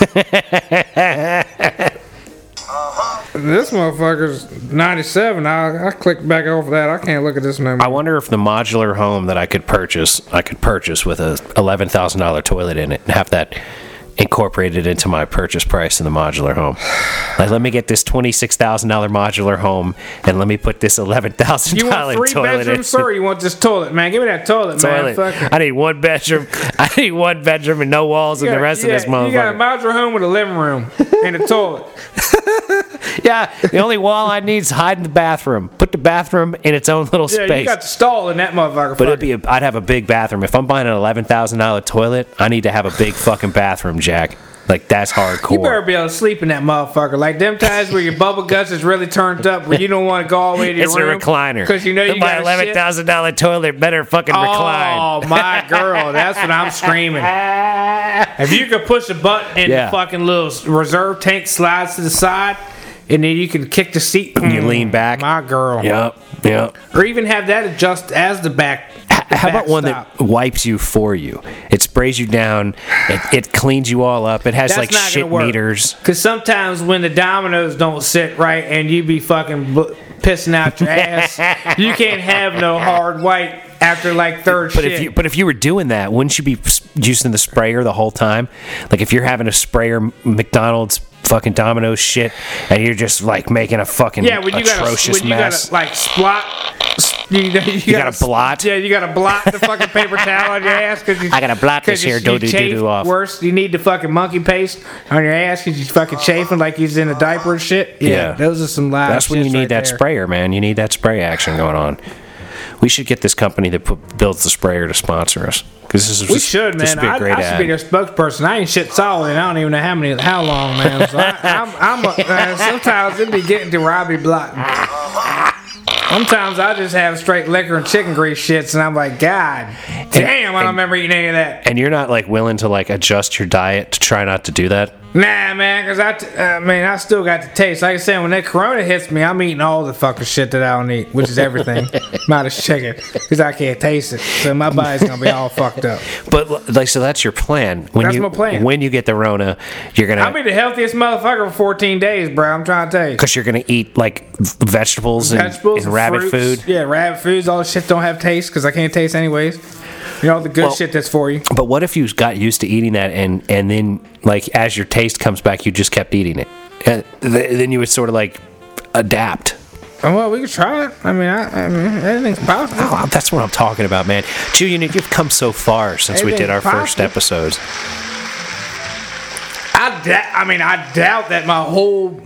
[SPEAKER 2] motherfucker's ninety-seven. I I clicked back off that. I can't look at this no
[SPEAKER 1] I
[SPEAKER 2] more.
[SPEAKER 1] wonder if the modular home that I could purchase, I could purchase with a eleven thousand dollar toilet in it, and have that incorporated into my purchase price in the modular home. Like, let me get this twenty six thousand dollar modular home, and let me put this eleven thousand
[SPEAKER 2] You want
[SPEAKER 1] dollar
[SPEAKER 2] three
[SPEAKER 1] toilet in.
[SPEAKER 2] bedrooms, sir? or You want this toilet, man? Give me that toilet, man.
[SPEAKER 1] Toilet.
[SPEAKER 2] Fuck it.
[SPEAKER 1] I need one bedroom. I need one bedroom and no walls, and the
[SPEAKER 2] Yeah,
[SPEAKER 1] rest
[SPEAKER 2] yeah,
[SPEAKER 1] of this motherfucker.
[SPEAKER 2] You got a modular home with a living room and
[SPEAKER 1] [laughs]
[SPEAKER 2] a toilet.
[SPEAKER 1] Yeah, the only wall I need is hide in the bathroom. Put the bathroom in its own little
[SPEAKER 2] Yeah, you
[SPEAKER 1] space.
[SPEAKER 2] got the stall in that motherfucker.
[SPEAKER 1] but it'd be a, I'd have a big bathroom. If I'm buying an eleven thousand dollar toilet, I need to have a big fucking bathroom, Jack. Like that's hardcore.
[SPEAKER 2] you better be able to sleep in that motherfucker. Like them times where your bubble guts is really turned up, where you don't want to go all the way to your
[SPEAKER 1] it's a recliner.
[SPEAKER 2] because you know you
[SPEAKER 1] my
[SPEAKER 2] got
[SPEAKER 1] eleven thousand dollar toilet better fucking recline.
[SPEAKER 2] Oh my girl, that's what I'm screaming. If you could push a button and
[SPEAKER 1] Yeah.
[SPEAKER 2] the fucking little s- reserve tank slides to the side, and then you can kick the seat.
[SPEAKER 1] You lean back.
[SPEAKER 2] My girl.
[SPEAKER 1] Yep. Yep.
[SPEAKER 2] Or even have that adjust as the back. the
[SPEAKER 1] How about one
[SPEAKER 2] backstop.
[SPEAKER 1] that wipes you for you? It sprays you down. It, it cleans you all up. It has
[SPEAKER 2] That's
[SPEAKER 1] like
[SPEAKER 2] not gonna
[SPEAKER 1] shit
[SPEAKER 2] work.
[SPEAKER 1] meters.
[SPEAKER 2] Because sometimes when the dominoes don't sit right and you be fucking bl- pissing out
[SPEAKER 1] [laughs]
[SPEAKER 2] your ass, you can't have no hard white after like third
[SPEAKER 1] But
[SPEAKER 2] shit.
[SPEAKER 1] if you but if you were doing that, wouldn't you be s- using the sprayer the whole time? Like if you're having a sprayer M- McDonald's fucking Domino's shit, and you're just like making a fucking
[SPEAKER 2] yeah, when you got
[SPEAKER 1] atrocious
[SPEAKER 2] when you
[SPEAKER 1] mess.
[SPEAKER 2] gotta like splot, s- you, you,
[SPEAKER 1] gotta blot.
[SPEAKER 2] Yeah, you gotta blot the
[SPEAKER 1] [laughs]
[SPEAKER 2] fucking paper towel on your ass because
[SPEAKER 1] I gotta blot this here doo-doo doo-doo off.
[SPEAKER 2] Worse, you need the fucking monkey paste on your ass because you fucking chafing like he's in a diaper and shit. Yeah,
[SPEAKER 1] Yeah.
[SPEAKER 2] those are some lies.
[SPEAKER 1] That's when you need that sprayer, man. You need that spray action going on. We should get this company that put, builds the sprayer to sponsor us because this is
[SPEAKER 2] We should,
[SPEAKER 1] this
[SPEAKER 2] man.
[SPEAKER 1] would be a
[SPEAKER 2] I,
[SPEAKER 1] great
[SPEAKER 2] I
[SPEAKER 1] ad.
[SPEAKER 2] should be their spokesperson. I ain't shit solid, and I don't even know how many, how long, man. So I, I'm, I'm a, uh, sometimes it be getting to Robbie Block. Sometimes I just have straight liquor and chicken grease shits, and I'm like, God damn, I don't
[SPEAKER 1] and-
[SPEAKER 2] remember eating any of that.
[SPEAKER 1] and you're not like willing to like adjust your diet to try not to do that.
[SPEAKER 2] Nah, man, because I, t- I mean, I still got the taste. Like I said, when that corona hits me, I'm eating all the fucking shit that I don't eat, which
[SPEAKER 1] [laughs]
[SPEAKER 2] is everything, not as chicken, because I can't taste it. So my body's going to be all
[SPEAKER 1] [laughs]
[SPEAKER 2] fucked up.
[SPEAKER 1] But like, so that's your plan. When
[SPEAKER 2] That's
[SPEAKER 1] you,
[SPEAKER 2] my plan.
[SPEAKER 1] When you get the Rona, you're gonna
[SPEAKER 2] I'll be the healthiest motherfucker for 14 days, bro. I'm trying to tell you.
[SPEAKER 1] because you're gonna eat like v- vegetables and,
[SPEAKER 2] vegetables,
[SPEAKER 1] and rabbit
[SPEAKER 2] fruits.
[SPEAKER 1] food.
[SPEAKER 2] Yeah, rabbit foods. All the shit don't have taste because I can't taste anyways. You know the good
[SPEAKER 1] Well-
[SPEAKER 2] shit that's for you.
[SPEAKER 1] But what if you got used to eating that and and then like as your taste comes back, you just kept eating it, and th- then you would sort of like adapt.
[SPEAKER 2] Oh, well, we could try it. I mean, I, I mean, anything's possible.
[SPEAKER 1] Oh, that's what I'm talking about, man. Julian, you've come so far since we did our first
[SPEAKER 2] Everything's
[SPEAKER 1] episodes.
[SPEAKER 2] I doubt. I mean, I doubt that my whole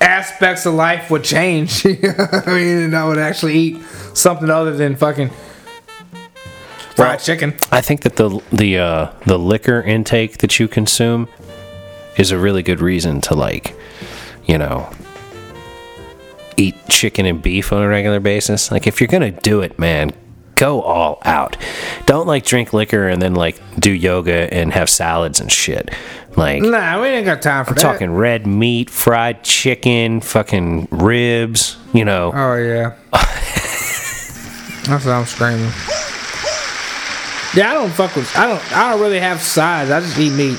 [SPEAKER 2] aspects of life would change. [laughs] I mean, and I would actually eat something other than fucking fried
[SPEAKER 1] Well-
[SPEAKER 2] chicken.
[SPEAKER 1] I think that the the uh, the liquor intake that you consume is a really good reason to like, you know, eat chicken and beef on a regular basis. Like if you're gonna do it, man, go all out. Don't like drink liquor and then like do yoga and have salads and shit. Like
[SPEAKER 2] Nah, we ain't got time for that.
[SPEAKER 1] talking red meat, fried chicken, fucking ribs. You know,
[SPEAKER 2] Oh yeah. That's what I'm screaming. Yeah, I don't fuck with. I don't. I don't really have sides. I just eat meat.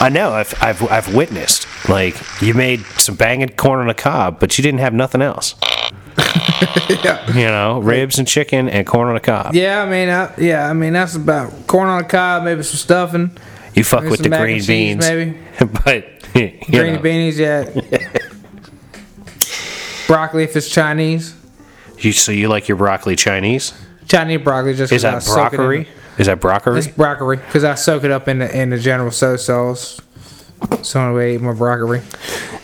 [SPEAKER 1] I know. I've, I've I've witnessed. Like you made some banging corn on a cob, but you didn't have nothing
[SPEAKER 2] [laughs]
[SPEAKER 1] else. You know, ribs and chicken and corn on a cob.
[SPEAKER 2] Yeah, I mean, I, yeah, I mean that's about corn on the cob, maybe some stuffing,
[SPEAKER 1] You fuck
[SPEAKER 2] Maybe
[SPEAKER 1] with
[SPEAKER 2] some
[SPEAKER 1] the
[SPEAKER 2] mac and
[SPEAKER 1] green
[SPEAKER 2] cheese,
[SPEAKER 1] beans,
[SPEAKER 2] maybe.
[SPEAKER 1] [laughs] but [laughs] you
[SPEAKER 2] greeny
[SPEAKER 1] know,
[SPEAKER 2] beanies,
[SPEAKER 1] [laughs]
[SPEAKER 2] yeah, broccoli if it's Chinese,
[SPEAKER 1] you, so you like your broccoli Chinese?
[SPEAKER 2] Chinese broccoli just
[SPEAKER 1] Is
[SPEAKER 2] 'cause I
[SPEAKER 1] that
[SPEAKER 2] soak it in-
[SPEAKER 1] broccoli? Is that broccoli?
[SPEAKER 2] It's broccoli because I soak it up in the in the general so sauce. So only way I eat my broccoli.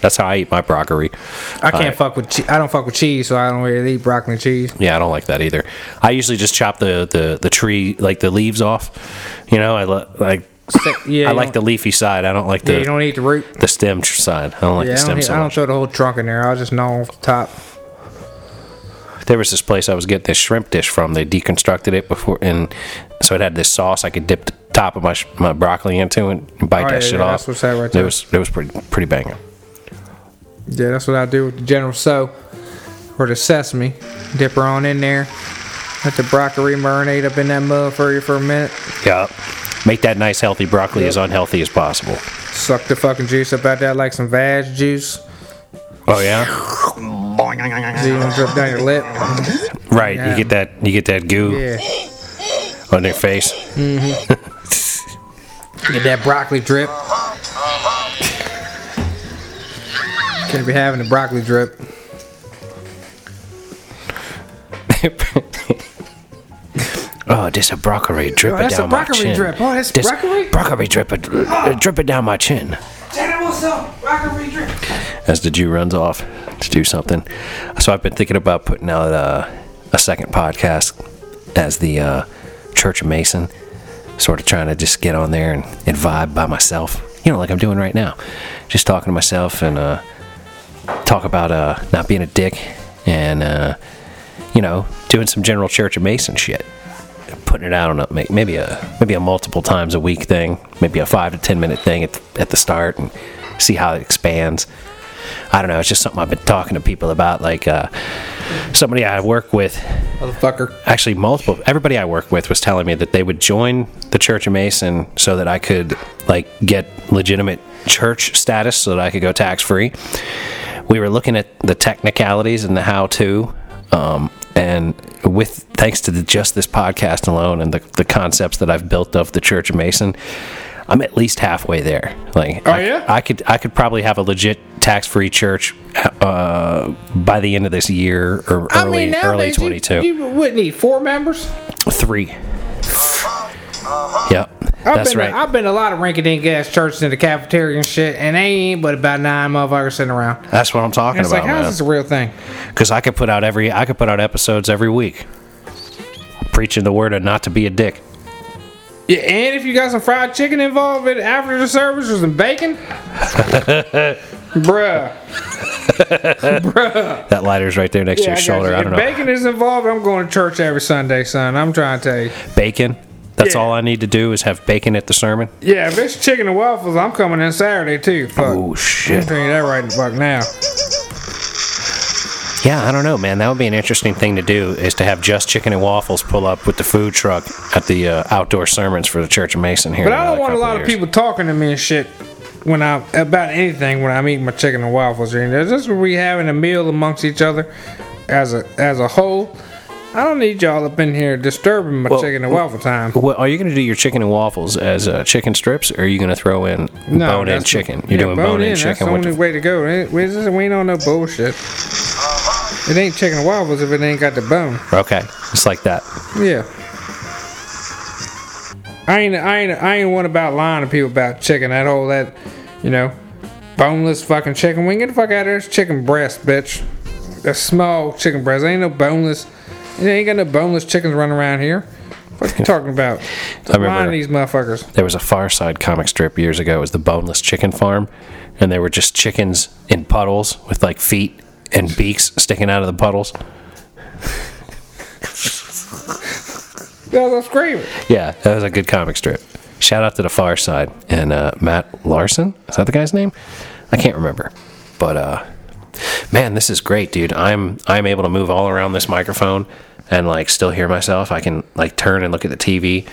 [SPEAKER 1] That's how I eat my broccoli.
[SPEAKER 2] I can't
[SPEAKER 1] Alright.
[SPEAKER 2] fuck with. Che- I don't fuck with cheese, so I don't really eat broccoli and cheese.
[SPEAKER 1] Yeah, I don't like that either. I usually just chop the the, the tree like the leaves off. You know, I lo- like
[SPEAKER 2] yeah,
[SPEAKER 1] I
[SPEAKER 2] you
[SPEAKER 1] like the
[SPEAKER 2] don't-
[SPEAKER 1] leafy side. I don't like
[SPEAKER 2] Yeah, you
[SPEAKER 1] the
[SPEAKER 2] don't eat the root.
[SPEAKER 1] the stem tr- side. I don't like
[SPEAKER 2] Yeah,
[SPEAKER 1] the
[SPEAKER 2] I
[SPEAKER 1] stem
[SPEAKER 2] don't,
[SPEAKER 1] so
[SPEAKER 2] I don't
[SPEAKER 1] much.
[SPEAKER 2] throw the whole trunk in there. I'll just gnaw off the top.
[SPEAKER 1] there was this place I was getting this shrimp dish from. They deconstructed it before, and so it had this sauce I could dip the top of my sh- my broccoli into and bite
[SPEAKER 2] Oh,
[SPEAKER 1] that
[SPEAKER 2] yeah,
[SPEAKER 1] shit
[SPEAKER 2] yeah,
[SPEAKER 1] off.
[SPEAKER 2] that's what's that right
[SPEAKER 1] It
[SPEAKER 2] there.
[SPEAKER 1] was it was pretty pretty banging.
[SPEAKER 2] Yeah, that's what I do with the General So or the sesame. Dip her on in there. Let the broccoli marinate up in that mud for you for a minute.
[SPEAKER 1] Yeah, make that nice healthy broccoli as unhealthy as possible.
[SPEAKER 2] Suck the fucking juice up out there like some vag juice.
[SPEAKER 1] Oh yeah,
[SPEAKER 2] So you don't drip down your lip.
[SPEAKER 1] right.
[SPEAKER 2] Yeah.
[SPEAKER 1] You get that you get that goo
[SPEAKER 2] Yeah.
[SPEAKER 1] on their face.
[SPEAKER 2] Get that broccoli drip. Can't be having the broccoli drip.
[SPEAKER 1] Oh, this a broccoli dripping
[SPEAKER 2] Oh, that's a
[SPEAKER 1] down my
[SPEAKER 2] broccoli
[SPEAKER 1] chin.
[SPEAKER 2] drip. Oh, that's
[SPEAKER 1] this
[SPEAKER 2] broccoli?
[SPEAKER 1] Broccoli dripping uh, dripping down my chin.
[SPEAKER 2] General So, broccoli drip.
[SPEAKER 1] as the Jew runs off to do something. So I've been thinking about putting out uh, a second podcast as the uh, Church of Mason, sort of trying to just get on there and, and vibe by myself, you know, like I'm doing right now, just talking to myself and uh, talk about uh, not being a dick and uh, you know doing some general Church of Mason shit. Putting it out on a may- maybe a maybe a multiple times a week thing, maybe a five to ten minute thing at the, at the start, and see how it expands I don't know. It's just something I've been talking to people about. Like uh, somebody I work with,
[SPEAKER 2] Motherfucker.
[SPEAKER 1] actually multiple everybody I work with was telling me that they would join the Church of Mason so that I could like get legitimate church status so that I could go tax free. We were looking at the technicalities and the how to. Um, and with thanks to the, just this podcast alone and the, the concepts that I've built of the Church of Mason, I'm at least halfway there. Like,
[SPEAKER 2] Oh,
[SPEAKER 1] I,
[SPEAKER 2] yeah?
[SPEAKER 1] I could I could probably have a legit tax free church uh, by the end of this year or early
[SPEAKER 2] I mean,
[SPEAKER 1] early
[SPEAKER 2] nowadays,
[SPEAKER 1] twenty two.
[SPEAKER 2] You, you would need four members. Uh-huh.
[SPEAKER 1] Three. Yep.
[SPEAKER 2] I've
[SPEAKER 1] That's
[SPEAKER 2] been
[SPEAKER 1] right.
[SPEAKER 2] To, I've been to a lot of rinky-dink ass churches in the cafeteria and shit, and they ain't but about nine motherfuckers sitting around.
[SPEAKER 1] That's what I'm talking
[SPEAKER 2] And it's like,
[SPEAKER 1] about,
[SPEAKER 2] how is this a real thing?
[SPEAKER 1] Because I could put out every I could put out episodes every week, preaching the word of not to be a dick.
[SPEAKER 2] Yeah, and if you got some fried chicken involved in after the service or
[SPEAKER 1] [laughs]
[SPEAKER 2] some bacon, bruh, bruh.
[SPEAKER 1] That lighter's right there next to your shoulder. I
[SPEAKER 2] got you.
[SPEAKER 1] don't
[SPEAKER 2] if
[SPEAKER 1] know
[SPEAKER 2] bacon is involved, I'm going to church every Sunday, son. I'm trying to tell you.
[SPEAKER 1] bacon. That's
[SPEAKER 2] Yeah.
[SPEAKER 1] all I need to do is have bacon at the sermon.
[SPEAKER 2] Yeah, if it's chicken and waffles, I'm coming in Saturday too. Fuck,
[SPEAKER 1] Oh
[SPEAKER 2] I'm
[SPEAKER 1] shit.
[SPEAKER 2] bringing that right the fuck now.
[SPEAKER 1] Yeah, I don't know, man. That would be an interesting thing to do is to have just chicken and waffles pull up with the food truck at the uh, outdoor sermons for the Church of Mason here.
[SPEAKER 2] But
[SPEAKER 1] in
[SPEAKER 2] I
[SPEAKER 1] another
[SPEAKER 2] don't want a
[SPEAKER 1] couple
[SPEAKER 2] lot of
[SPEAKER 1] years.
[SPEAKER 2] people talking to me and shit when I about anything when I'm eating my chicken and waffles. Or anything. Just when we having a meal amongst each other as a as a whole. I don't need y'all up in here disturbing my chicken and waffle time.
[SPEAKER 1] Well, are you going to do your chicken and waffles as uh, chicken strips, or are you going to throw in bone-in
[SPEAKER 2] that's-
[SPEAKER 1] chicken? You're doing bone-in
[SPEAKER 2] That's the
[SPEAKER 1] chicken. with
[SPEAKER 2] only
[SPEAKER 1] the-
[SPEAKER 2] way to go. It- We just- we ain't on no bullshit. It ain't chicken and waffles if it ain't got the bone.
[SPEAKER 1] okay, it's like that.
[SPEAKER 2] Yeah. I ain't I ain't I ain't one about lying to people about chicken. That whole that, you know, boneless fucking chicken. We can get the fuck out of here. It's chicken breast, bitch. A small chicken breast. ain't no boneless. You ain't got no boneless chickens running around here. What you talking about?
[SPEAKER 1] [laughs] I remember-
[SPEAKER 2] lying to these motherfuckers.
[SPEAKER 1] There was a Far Side comic strip years ago. It was the Boneless Chicken Farm, and they were just chickens in puddles with like feet and beaks sticking out of the puddles.
[SPEAKER 2] That's what I'm screaming.
[SPEAKER 1] Yeah, that was a good comic strip. Shout out to the Far Side and uh, Matt Larson. Is that the guy's name? I can't remember. But uh, man, this is great, dude. I'm I'm able to move all around this microphone and like still hear myself. I can like turn and look at the TV,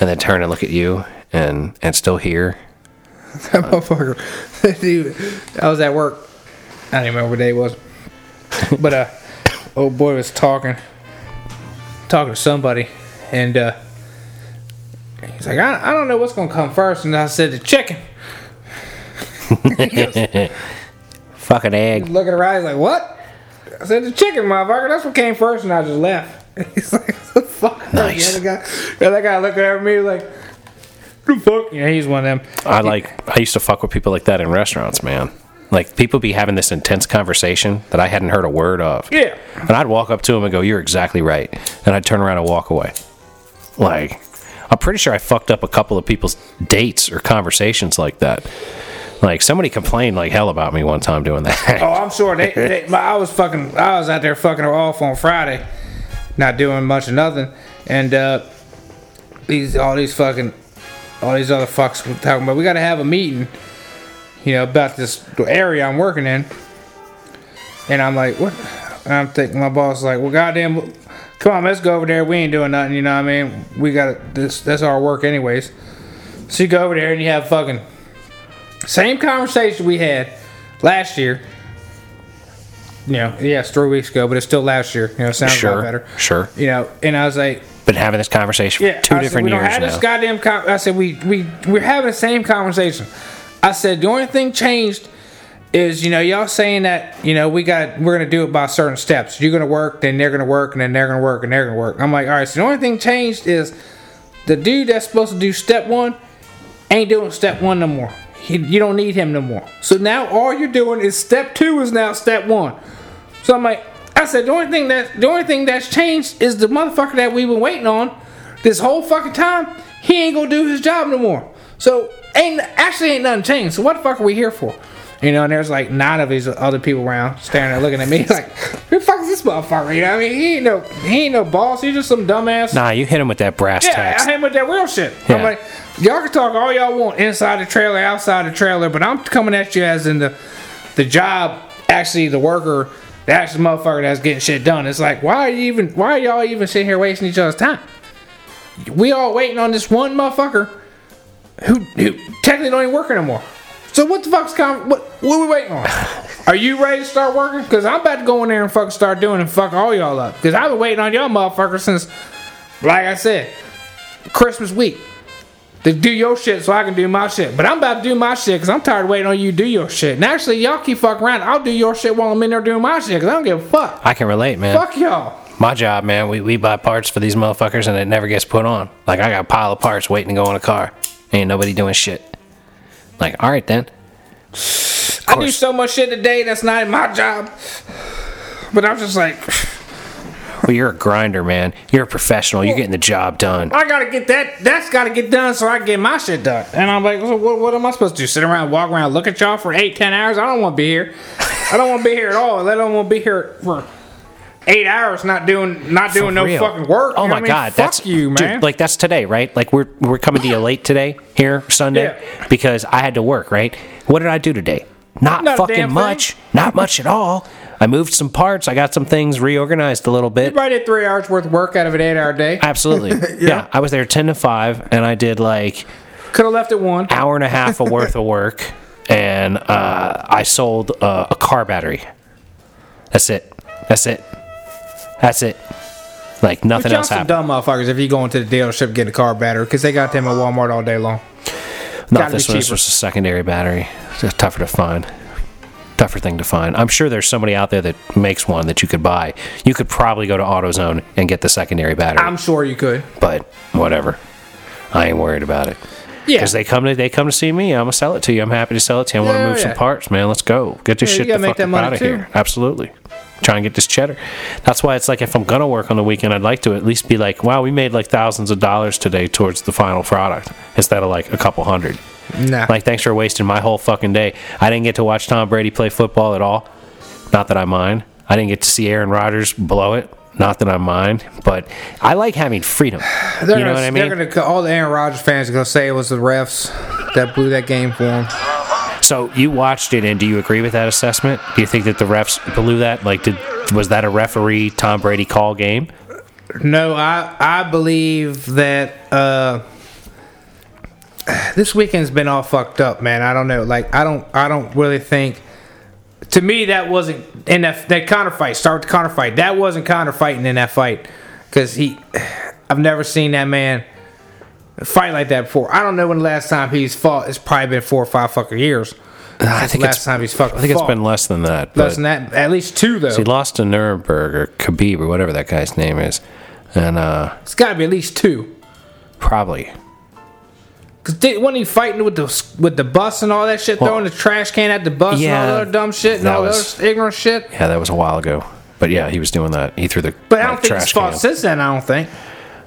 [SPEAKER 1] and then turn and look at you, and and still hear.
[SPEAKER 2] That motherfucker. [laughs] Dude, I was at work. I don't even remember what day it was. But uh old boy was talking talking to somebody and uh he's like, I, I don't know what's gonna come first and I said the chicken.
[SPEAKER 1] Fucking egg.
[SPEAKER 2] Looking around, he's like, What? I said the chicken, motherfucker, that's what came first and I just left. [laughs] He's like, the fuck
[SPEAKER 1] Nice.
[SPEAKER 2] the other guy the other guy looking at me like the fuck Yeah, he's one of them.
[SPEAKER 1] I like. I used to fuck with people like that in restaurants, man. Like people be having this intense conversation that I hadn't heard a word of.
[SPEAKER 2] Yeah.
[SPEAKER 1] And I'd walk up to him and go, You're exactly right. And I'd turn around and walk away. Like, I'm pretty sure I fucked up a couple of people's dates or conversations like that. Like, somebody complained like hell about me one time doing that.
[SPEAKER 2] [laughs] Oh, I'm sure they. they my, I was fucking. I was out there fucking her off on Friday, not doing much of nothing, and uh, these all these fucking all these other fucks were talking about. We got to have a meeting, you know, about this area I'm working in. And I'm like, what? And I'm thinking, my boss is like, well, goddamn, come on, let's go over there. We ain't doing nothing, you know what I mean? We got this. That's our work, anyways. So you go over there and you have fucking same conversation we had last year. You know, yeah, it's three weeks ago, but it's still last year. You know, it sounds a
[SPEAKER 1] [laughs]
[SPEAKER 2] lot
[SPEAKER 1] sure.
[SPEAKER 2] better.
[SPEAKER 1] Sure.
[SPEAKER 2] You know, and I was like,
[SPEAKER 1] Been having this conversation
[SPEAKER 2] yeah,
[SPEAKER 1] for two
[SPEAKER 2] I said,
[SPEAKER 1] different
[SPEAKER 2] we don't
[SPEAKER 1] years
[SPEAKER 2] have
[SPEAKER 1] now.
[SPEAKER 2] This goddamn con- I said we we we're having the same conversation. I said the only thing changed is you know y'all saying that you know we got we're gonna do it by certain steps. You're gonna work, then they're gonna work, and then they're gonna work, and they're gonna work. I'm like, all right. So the only thing changed is the dude that's supposed to do step one ain't doing step one no more. He, you don't need him no more. So now all you're doing is step two is now step one. So I'm like, I said the only thing that the only thing that's changed is the motherfucker that we've been waiting on this whole fucking time. He ain't gonna do his job no more. So ain't actually ain't nothing changed. So what the fuck are we here for? You know, and there's like nine of these other people around staring at looking at me [laughs] like, who the fuck is this motherfucker? You know, what I mean, he ain't no he ain't no boss. He's just some dumbass.
[SPEAKER 1] nah, you hit him with that brass
[SPEAKER 2] Yeah,
[SPEAKER 1] tax.
[SPEAKER 2] I hang with that real shit. I'm
[SPEAKER 1] Yeah.
[SPEAKER 2] like, y'all can talk all y'all want inside the trailer, outside the trailer, but I'm coming at you as in the the job actually the worker, the actual motherfucker that's getting shit done. It's like why are you even why are y'all even sitting here wasting each other's time? We all waiting on this one motherfucker who, who technically don't even work anymore. So what the fuck's com- what what we waiting on? Are you ready to start working? Cause I'm about to go in there and fucking start doing and fuck all y'all up. Cause I've been waiting on y'all motherfuckers since, like I said, Christmas week to do your shit so I can do my shit. But I'm about to do my shit because I'm tired of waiting on you to do your shit. And actually, y'all keep fucking around. I'll do your shit while I'm in there doing my shit because I don't give a fuck.
[SPEAKER 1] I can relate, man.
[SPEAKER 2] Fuck y'all.
[SPEAKER 1] My job, man, we, we buy parts for these motherfuckers and it never gets put on. Like, I got a pile of parts waiting to go on a car. Ain't nobody doing shit. Like, all right then.
[SPEAKER 2] I do
[SPEAKER 1] course.
[SPEAKER 2] so much shit today that's not in my job. But I'm just like,
[SPEAKER 1] Well, you're a grinder, man. You're a professional. You're getting the job done.
[SPEAKER 2] I gotta get that. That's gotta get done so I can get my shit done. And I'm like, so what, what am I supposed to do? Sit around, walk around, look at y'all for eight, ten hours? I don't want to be here. I don't want to be here at all. I don't want to be here for eight hours, not doing, not doing no
[SPEAKER 1] Real.
[SPEAKER 2] fucking work.
[SPEAKER 1] Oh
[SPEAKER 2] You know
[SPEAKER 1] my
[SPEAKER 2] what I mean?
[SPEAKER 1] god,
[SPEAKER 2] Fuck
[SPEAKER 1] that's
[SPEAKER 2] you,
[SPEAKER 1] dude,
[SPEAKER 2] man.
[SPEAKER 1] like that's today, right? Like we're we're coming to you late today here Sunday
[SPEAKER 2] Yeah.
[SPEAKER 1] because I had to work, right? What did I do today? Not,
[SPEAKER 2] Not a damn
[SPEAKER 1] fucking
[SPEAKER 2] thing.
[SPEAKER 1] much. Not much at all. I moved some parts. I got some things reorganized a little bit.
[SPEAKER 2] Everybody did three hours worth of work out of an eight-hour day. [laughs]
[SPEAKER 1] Absolutely. yeah. I was there 10 to 5 and I did like
[SPEAKER 2] Could have left at one.
[SPEAKER 1] hour and a half of worth of work and uh, I sold uh, a car battery. That's it. That's it. That's it. Like nothing
[SPEAKER 2] Y'all
[SPEAKER 1] else
[SPEAKER 2] some
[SPEAKER 1] happened.
[SPEAKER 2] dumb motherfuckers if you go into the dealership get a car battery because they got them at Walmart all day long.
[SPEAKER 1] Not
[SPEAKER 2] Gotta
[SPEAKER 1] this
[SPEAKER 2] be
[SPEAKER 1] one. This
[SPEAKER 2] cheaper.
[SPEAKER 1] was a secondary battery. It's just tougher to find. Tougher thing to find. I'm sure there's somebody out there that makes one that you could buy. You could probably go to AutoZone and get the secondary battery,
[SPEAKER 2] I'm sure you could.
[SPEAKER 1] but whatever. I ain't worried about it.
[SPEAKER 2] Yeah.
[SPEAKER 1] Because they come to they come to see me. I'm gonna sell it to you. I'm happy to sell it to you. I want
[SPEAKER 2] Yeah,
[SPEAKER 1] to move some
[SPEAKER 2] yeah.
[SPEAKER 1] parts, man. Let's go. Get this
[SPEAKER 2] Yeah, you
[SPEAKER 1] shit the
[SPEAKER 2] gotta make
[SPEAKER 1] fuck
[SPEAKER 2] that money
[SPEAKER 1] out of
[SPEAKER 2] too.
[SPEAKER 1] here. Absolutely. Try and get this cheddar. That's why it's like if I'm gonna work on the weekend, I'd like to at least be like, wow, we made like thousands of dollars today towards the final product instead of like a couple hundred.
[SPEAKER 2] Nah.
[SPEAKER 1] Like, thanks for wasting my whole fucking day. I didn't get to watch Tom Brady play football at all. Not that I mind. I didn't get to see Aaron Rodgers blow it. Not that I mind. But I like having freedom. You know
[SPEAKER 2] They're gonna,
[SPEAKER 1] what I mean?
[SPEAKER 2] They're gonna, all the Aaron Rodgers fans are gonna say it was the refs that blew that game for him.
[SPEAKER 1] So you watched it, and do you agree with that assessment? Do you think that the refs blew that? Like, did was that a referee Tom Brady call game?
[SPEAKER 2] No, I I believe that uh, this weekend's been all fucked up, man. I don't know. Like I don't I don't really think. To me, that wasn't in that that counter fight. Start with the counter fight. That wasn't counter fighting in that fight because he. I've never seen that man fight like that before. I don't know when the last time he's fought. It's probably been four or five fucking years.
[SPEAKER 1] I think
[SPEAKER 2] last
[SPEAKER 1] it's.
[SPEAKER 2] time he's fucking.
[SPEAKER 1] I think it's
[SPEAKER 2] fought.
[SPEAKER 1] been less than that.
[SPEAKER 2] Uh, less
[SPEAKER 1] but-
[SPEAKER 2] than that. At least two though.
[SPEAKER 1] He lost to Nuremberg or Khabib or whatever that guy's name is, and uh,
[SPEAKER 2] It's got to be at least two.
[SPEAKER 1] probably
[SPEAKER 2] Cause they, wasn't he fighting with the with the bus and all that shit, throwing the trash can at the bus
[SPEAKER 1] yeah,
[SPEAKER 2] and all the other dumb shit and
[SPEAKER 1] that
[SPEAKER 2] all
[SPEAKER 1] was-
[SPEAKER 2] the other ignorant shit.
[SPEAKER 1] yeah, that was a while ago. But yeah, he was doing that. He threw the
[SPEAKER 2] But I
[SPEAKER 1] like,
[SPEAKER 2] don't think it's
[SPEAKER 1] trash
[SPEAKER 2] fought
[SPEAKER 1] can.
[SPEAKER 2] since then. I don't think.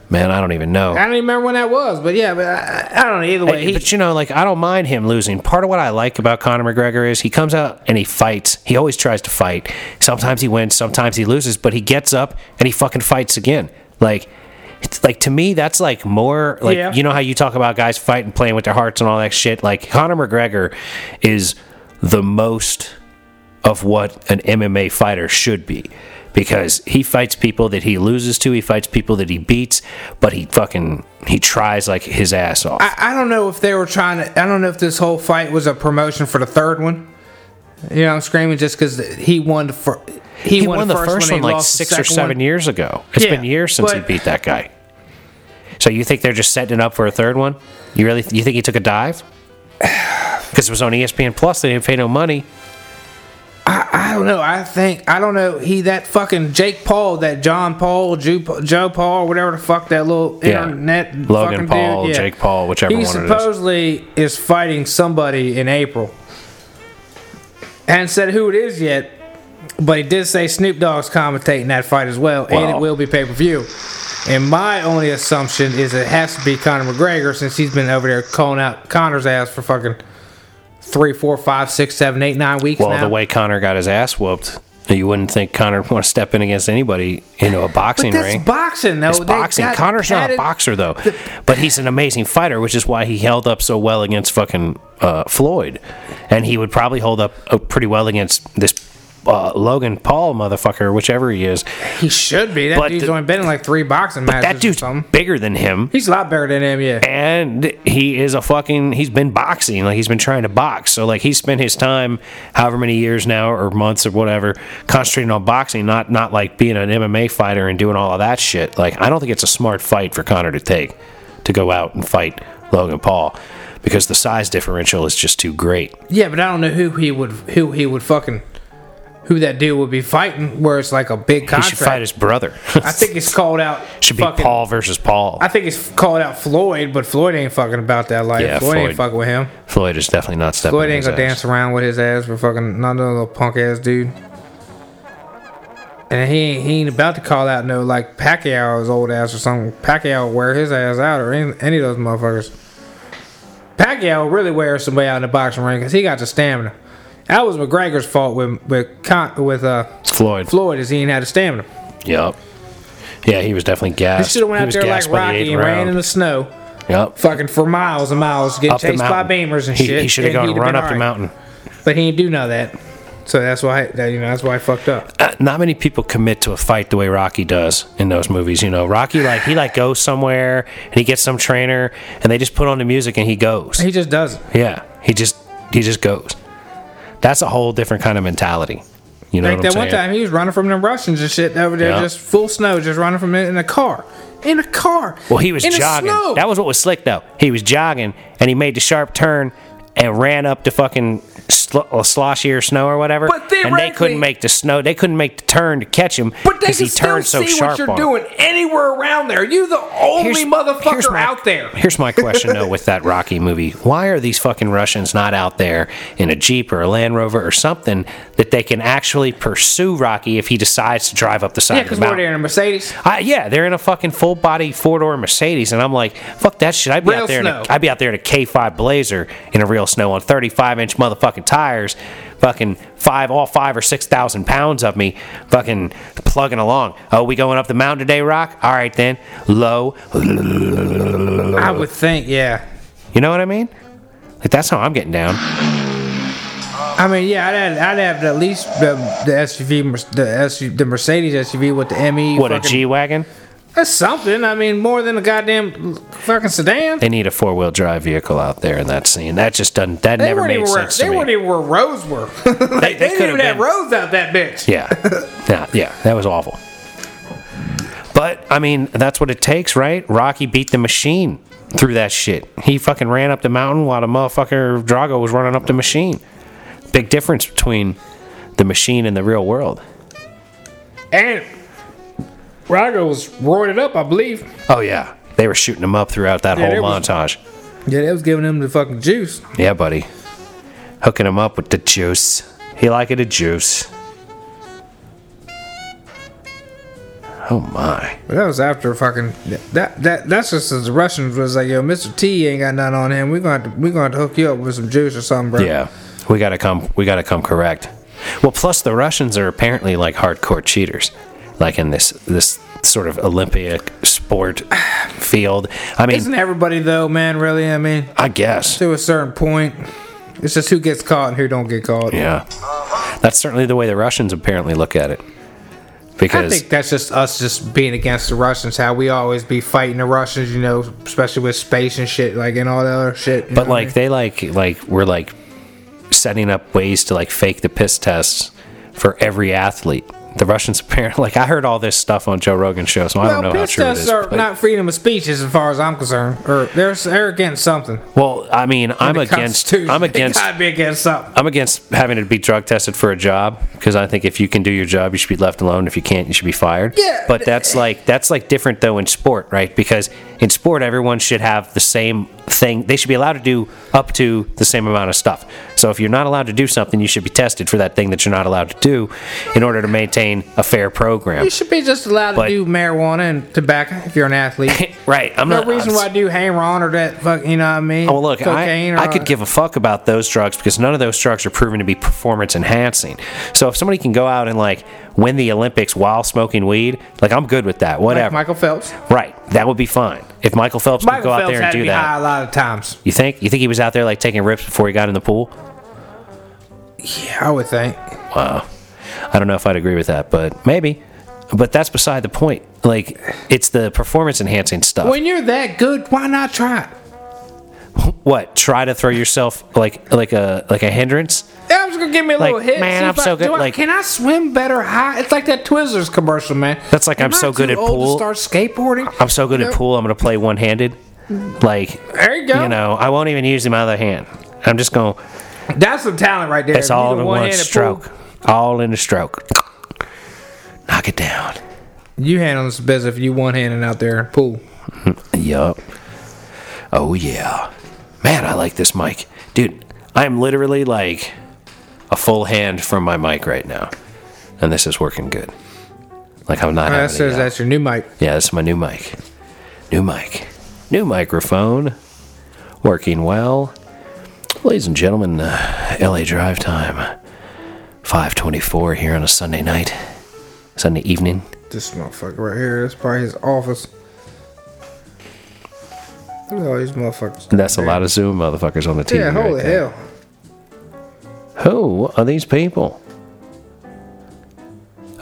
[SPEAKER 1] Man, I don't even know.
[SPEAKER 2] I don't even remember when that was. But yeah, but I, I don't know. Either way,
[SPEAKER 1] Hey,
[SPEAKER 2] he,
[SPEAKER 1] but you know, like I don't mind him losing. Part of what I like about Conor McGregor is he comes out and he fights. He always tries to fight. Sometimes he wins, sometimes he loses, but he gets up and he fucking fights again. Like it's like to me that's like more like
[SPEAKER 2] Yeah.
[SPEAKER 1] you know how you talk about guys fighting playing with their hearts and all that shit. Like Conor McGregor is the most of what an MMA fighter should be. Because he fights people that he loses to, he fights people that he beats, but he fucking he tries like his ass off.
[SPEAKER 2] I, I don't know if they were trying to. I don't know if this whole fight was a promotion for the third one. You know, I'm screaming just because he won the first. He,
[SPEAKER 1] he won, the first, one
[SPEAKER 2] and he
[SPEAKER 1] like
[SPEAKER 2] lost the
[SPEAKER 1] six or
[SPEAKER 2] second
[SPEAKER 1] seven
[SPEAKER 2] one.
[SPEAKER 1] years ago. It's
[SPEAKER 2] Yeah,
[SPEAKER 1] been years since he
[SPEAKER 2] but-
[SPEAKER 1] beat that guy. So you think they're just setting it up for a third one? You really you think he took a dive? [sighs] Because it was on E ESPN Plus, they didn't pay no money.
[SPEAKER 2] I don't know. I think I don't know. He that fucking Jake Paul, that John Paul, Ju, Joe Paul, whatever the fuck that little
[SPEAKER 1] Yeah.
[SPEAKER 2] internet
[SPEAKER 1] Logan
[SPEAKER 2] fucking
[SPEAKER 1] Paul,
[SPEAKER 2] dude.
[SPEAKER 1] Jake Paul, whichever
[SPEAKER 2] he
[SPEAKER 1] one it is.
[SPEAKER 2] supposedly is fighting somebody in April, and said who it is yet. But he did say Snoop Dogg's commentating that fight as well, and
[SPEAKER 1] Wow.
[SPEAKER 2] it will be pay per view. And my only assumption is it has to be Conor McGregor since he's been over there calling out Conor's ass for fucking three, four, five, six, seven, eight, nine weeks
[SPEAKER 1] Well,
[SPEAKER 2] now.
[SPEAKER 1] the way Connor got his ass whooped, You wouldn't think Connor would want to step in against anybody into a boxing
[SPEAKER 2] But that's
[SPEAKER 1] ring.
[SPEAKER 2] boxing, though.
[SPEAKER 1] It's
[SPEAKER 2] They
[SPEAKER 1] boxing.
[SPEAKER 2] got
[SPEAKER 1] Connor's not a
[SPEAKER 2] padded-
[SPEAKER 1] boxer though, but he's an amazing fighter, which is why he held up so well against fucking uh, Floyd, and he would probably hold up uh, pretty well against this uh, Logan Paul motherfucker, whichever he is.
[SPEAKER 2] He should be. That
[SPEAKER 1] But
[SPEAKER 2] dude's
[SPEAKER 1] the-
[SPEAKER 2] only been in like three boxing matches.
[SPEAKER 1] That Eh.
[SPEAKER 2] or
[SPEAKER 1] dude's
[SPEAKER 2] something.
[SPEAKER 1] bigger than him.
[SPEAKER 2] He's a lot better than him, yeah.
[SPEAKER 1] and he is a fucking he's been boxing like he's been trying to box so like he spent his time however many years now or months or whatever concentrating on boxing not not like being an mma fighter and doing all of that shit like i don't think it's a smart fight for connor to take to go out and fight logan paul because the size differential is just too great
[SPEAKER 2] Yeah, but I don't know who he would who he would fucking who that dude would be fighting. Where it's like a big
[SPEAKER 1] he
[SPEAKER 2] contract.
[SPEAKER 1] should fight his
[SPEAKER 2] [laughs]
[SPEAKER 1] brother [laughs]
[SPEAKER 2] I think it's called out.
[SPEAKER 1] should be
[SPEAKER 2] fucking-
[SPEAKER 1] paul versus paul
[SPEAKER 2] I think it's called out Floyd, but Floyd ain't fucking about that life.
[SPEAKER 1] Yeah,
[SPEAKER 2] Floyd,
[SPEAKER 1] Floyd-
[SPEAKER 2] ain't fucking with him.
[SPEAKER 1] floyd is definitely not stepping
[SPEAKER 2] Floyd
[SPEAKER 1] on
[SPEAKER 2] ain't
[SPEAKER 1] his
[SPEAKER 2] gonna
[SPEAKER 1] ass.
[SPEAKER 2] dance around with his ass for fucking not another little punk ass dude. And he ain't, he ain't about to call out no like Pacquiao's old ass or something. Pacquiao will wear his ass out or any, any of those motherfuckers. Pacquiao really wears somebody out in the boxing ring because he got the stamina. That was McGregor's fault with with Con- with uh,
[SPEAKER 1] floyd
[SPEAKER 2] Floyd is he ain't had the stamina.
[SPEAKER 1] yep yeah, he was definitely
[SPEAKER 2] He
[SPEAKER 1] gassed.
[SPEAKER 2] should have
[SPEAKER 1] He
[SPEAKER 2] went out
[SPEAKER 1] was
[SPEAKER 2] there like
[SPEAKER 1] gassed by the
[SPEAKER 2] Rocky
[SPEAKER 1] eighth
[SPEAKER 2] and ran
[SPEAKER 1] round.
[SPEAKER 2] in the snow.
[SPEAKER 1] Yep.
[SPEAKER 2] fucking for miles and miles, getting chased by beamers and
[SPEAKER 1] he,
[SPEAKER 2] shit.
[SPEAKER 1] He should have
[SPEAKER 2] and he'd
[SPEAKER 1] gone run
[SPEAKER 2] been
[SPEAKER 1] up the
[SPEAKER 2] alright.
[SPEAKER 1] mountain.
[SPEAKER 2] but he didn't do none of that. So that's why that, you know that's why I fucked up.
[SPEAKER 1] Uh, not many people commit to a fight the way Rocky does in those movies. You know, Rocky like he like goes somewhere and he gets some trainer and they just put on the music and he goes.
[SPEAKER 2] He just does it.
[SPEAKER 1] Yeah, he just he just goes. That's a whole different kind of mentality. You know what
[SPEAKER 2] Like
[SPEAKER 1] I'm
[SPEAKER 2] that
[SPEAKER 1] saying?
[SPEAKER 2] one time he was running from the Russians and shit over there,
[SPEAKER 1] Yeah.
[SPEAKER 2] just full snow, just running from it in a car, in a car.
[SPEAKER 1] Well, he was
[SPEAKER 2] in the
[SPEAKER 1] jogging.
[SPEAKER 2] snow.
[SPEAKER 1] That was what was slick, though. He was jogging, and he made the sharp turn and ran up to fucking sl- uh, sloshier snow or whatever.
[SPEAKER 2] But
[SPEAKER 1] and they
[SPEAKER 2] theoretically-
[SPEAKER 1] couldn't make the snow. They couldn't make the turn to catch him
[SPEAKER 2] but they
[SPEAKER 1] because
[SPEAKER 2] can
[SPEAKER 1] he
[SPEAKER 2] still
[SPEAKER 1] turned so
[SPEAKER 2] see
[SPEAKER 1] sharp
[SPEAKER 2] what you're
[SPEAKER 1] on him.
[SPEAKER 2] doing anywhere around there. You the only motherfucker
[SPEAKER 1] here's my-
[SPEAKER 2] out there.
[SPEAKER 1] Here's my question though with
[SPEAKER 2] [laughs]
[SPEAKER 1] that Rocky movie. Why are these fucking Russians not out there in a Jeep or a Land Rover or something that they can actually pursue Rocky if he decides to drive up the side
[SPEAKER 2] Yeah,
[SPEAKER 1] of the
[SPEAKER 2] because we're
[SPEAKER 1] mountain?
[SPEAKER 2] there in a Mercedes.
[SPEAKER 1] I, yeah, they're in a fucking full body four door Mercedes, and I'm like, fuck that shit. I'd be
[SPEAKER 2] Real
[SPEAKER 1] out there, in a,
[SPEAKER 2] snow.
[SPEAKER 1] I'd be out there in a K5 Blazer in a real snow on 35 inch motherfucking tires, fucking five, all five or six thousand pounds of me, fucking plugging along. Oh, we going up the mountain today, Rock? All right then, low.
[SPEAKER 2] I would think, yeah.
[SPEAKER 1] You know what I mean? Like that's how I'm getting down.
[SPEAKER 2] I mean, yeah, I'd have, I'd have at least the, the SUV, Mer- the SUV, the Mercedes SUV with the ME.
[SPEAKER 1] What a
[SPEAKER 2] fucking-
[SPEAKER 1] G wagon!
[SPEAKER 2] That's something. I mean, more than a goddamn fucking sedan.
[SPEAKER 1] They need a four wheel drive vehicle out there in that scene. That just doesn't. That
[SPEAKER 2] They
[SPEAKER 1] never
[SPEAKER 2] weren't
[SPEAKER 1] made
[SPEAKER 2] even where,
[SPEAKER 1] sense
[SPEAKER 2] they
[SPEAKER 1] to me.
[SPEAKER 2] weren't even where roads [laughs] were. like,
[SPEAKER 1] They-
[SPEAKER 2] they,
[SPEAKER 1] they
[SPEAKER 2] didn't
[SPEAKER 1] could've
[SPEAKER 2] even have
[SPEAKER 1] been.
[SPEAKER 2] roads out that bitch.
[SPEAKER 1] Yeah. yeah. Yeah. That was awful. But, I mean, that's what it takes, right? Rocky beat the machine through that shit. He fucking ran up the mountain while the motherfucker Drago was running up the machine. Big difference between the machine and the real world.
[SPEAKER 2] And Rago was roided up, I believe.
[SPEAKER 1] Oh, yeah. They were shooting him up throughout that
[SPEAKER 2] Yeah,
[SPEAKER 1] whole
[SPEAKER 2] they was-
[SPEAKER 1] montage.
[SPEAKER 2] Yeah, they was giving him the fucking juice.
[SPEAKER 1] Yeah, buddy. Hooking him up with the juice. He like it a juice. Oh, my.
[SPEAKER 2] But that was after fucking that that that's just as the Russians was like, yo, Mr. T ain't got nothing on him. We gonna have to, we gonna have to hook you up with some juice or something, bro.
[SPEAKER 1] Yeah, we gotta come. We gotta come correct. Well, plus the Russians are apparently like hardcore cheaters, like in this this sort of Olympic sport field. I mean,
[SPEAKER 2] Isn't everybody though, man? Really? I mean,
[SPEAKER 1] I guess.
[SPEAKER 2] to a certain point, it's just who gets caught and who don't get caught.
[SPEAKER 1] Yeah, that's certainly the way the Russians apparently look at it.
[SPEAKER 2] I
[SPEAKER 1] Because
[SPEAKER 2] think that's just us just being against the Russians, how we always be fighting the Russians, you know, especially with space and shit, like and all that other shit. you
[SPEAKER 1] But
[SPEAKER 2] know what I
[SPEAKER 1] like they like like we're like setting up ways to like fake the piss tests for every athlete. The Russians [laughs] apparently like I heard all this stuff on Joe Rogan's show, so I
[SPEAKER 2] mean?
[SPEAKER 1] don't know
[SPEAKER 2] well,
[SPEAKER 1] how
[SPEAKER 2] piss
[SPEAKER 1] true it
[SPEAKER 2] tests
[SPEAKER 1] is.
[SPEAKER 2] are
[SPEAKER 1] but-
[SPEAKER 2] not freedom of speech as far as I'm concerned. Or they're, they're against something.
[SPEAKER 1] well, I mean, I'm
[SPEAKER 2] The
[SPEAKER 1] against.
[SPEAKER 2] Constitution.
[SPEAKER 1] I'm
[SPEAKER 2] [laughs] They
[SPEAKER 1] against.
[SPEAKER 2] gotta be against something.
[SPEAKER 1] I'm against having to be drug tested for a job because I think if you can do your job, you should be left alone. If you can't, you should be fired.
[SPEAKER 2] Yeah.
[SPEAKER 1] But that's like that's like different though in sport, right? Because in sport, everyone should have the same thing. They should be allowed to do up to the same amount of stuff. So if you're not allowed to do something, you should be tested for that thing that you're not allowed to do, in order to maintain a fair program.
[SPEAKER 2] You should be just allowed
[SPEAKER 1] But-
[SPEAKER 2] to do marijuana and tobacco if you're an athlete.
[SPEAKER 1] [laughs] Right. [laughs] I'm
[SPEAKER 2] No
[SPEAKER 1] not. Oh,
[SPEAKER 2] reason why I do heroin or that fuck. You know what I mean?
[SPEAKER 1] Well, look,
[SPEAKER 2] Cocaine
[SPEAKER 1] I,
[SPEAKER 2] or-
[SPEAKER 1] I could give a fuck about those drugs because none of those drugs are proven to be performance enhancing. So if somebody can go out and like win the Olympics while smoking weed, like I'm good with that.
[SPEAKER 2] like
[SPEAKER 1] Whatever.
[SPEAKER 2] Michael Phelps.
[SPEAKER 1] right. That would be fine. If Michael Phelps
[SPEAKER 2] Michael
[SPEAKER 1] could go
[SPEAKER 2] Phelps
[SPEAKER 1] out there
[SPEAKER 2] had
[SPEAKER 1] and
[SPEAKER 2] to
[SPEAKER 1] do
[SPEAKER 2] be
[SPEAKER 1] that.
[SPEAKER 2] high a lot of times.
[SPEAKER 1] You think? You think he was out there like taking rips before he got in the pool?
[SPEAKER 2] Yeah, I would think.
[SPEAKER 1] Wow. I don't know if I'd agree with that, but maybe. But that's beside the point. Like it's the performance enhancing stuff.
[SPEAKER 2] When you're that good, why not try it?
[SPEAKER 1] What? Try to throw yourself like like a like a hindrance?
[SPEAKER 2] Yeah, I'm just gonna give me a little
[SPEAKER 1] Like,
[SPEAKER 2] hit.
[SPEAKER 1] man,
[SPEAKER 2] see
[SPEAKER 1] I'm
[SPEAKER 2] if I-
[SPEAKER 1] so good-
[SPEAKER 2] do I-
[SPEAKER 1] like-
[SPEAKER 2] can I swim better high? It's like that Twizzlers commercial, man.
[SPEAKER 1] That's like,
[SPEAKER 2] Am
[SPEAKER 1] I'm so
[SPEAKER 2] I
[SPEAKER 1] good
[SPEAKER 2] too
[SPEAKER 1] at
[SPEAKER 2] old to
[SPEAKER 1] pool?
[SPEAKER 2] start skateboarding.
[SPEAKER 1] I'm so good at pool. I'm gonna play one handed. Like
[SPEAKER 2] There you go.
[SPEAKER 1] You know, I won't even use my other hand. I'm just gonna.
[SPEAKER 2] That's some talent right there.
[SPEAKER 1] It's
[SPEAKER 2] If you
[SPEAKER 1] all
[SPEAKER 2] the
[SPEAKER 1] in one
[SPEAKER 2] one-handed pool,
[SPEAKER 1] stroke. All in a stroke. Knock it down.
[SPEAKER 2] You handling this business if you one handed out there in pool.
[SPEAKER 1] Yup. Oh yeah. Man, I like this mic. Dude, I'm literally like a full hand from my mic right now. And this is working good. Like I'm not
[SPEAKER 2] That
[SPEAKER 1] having a
[SPEAKER 2] says
[SPEAKER 1] yell.
[SPEAKER 2] that's your new mic.
[SPEAKER 1] Yeah, this is my new mic. New mic. New microphone. Working well. Ladies and gentlemen, uh, LA drive time. 524 here on a Sunday night. Sunday evening.
[SPEAKER 2] This motherfucker right here. That's probably his office. Look at all these motherfuckers.
[SPEAKER 1] That's a lot of Zoom motherfuckers on the TV.
[SPEAKER 2] Yeah,
[SPEAKER 1] right
[SPEAKER 2] holy
[SPEAKER 1] there.
[SPEAKER 2] hell.
[SPEAKER 1] Who are these people?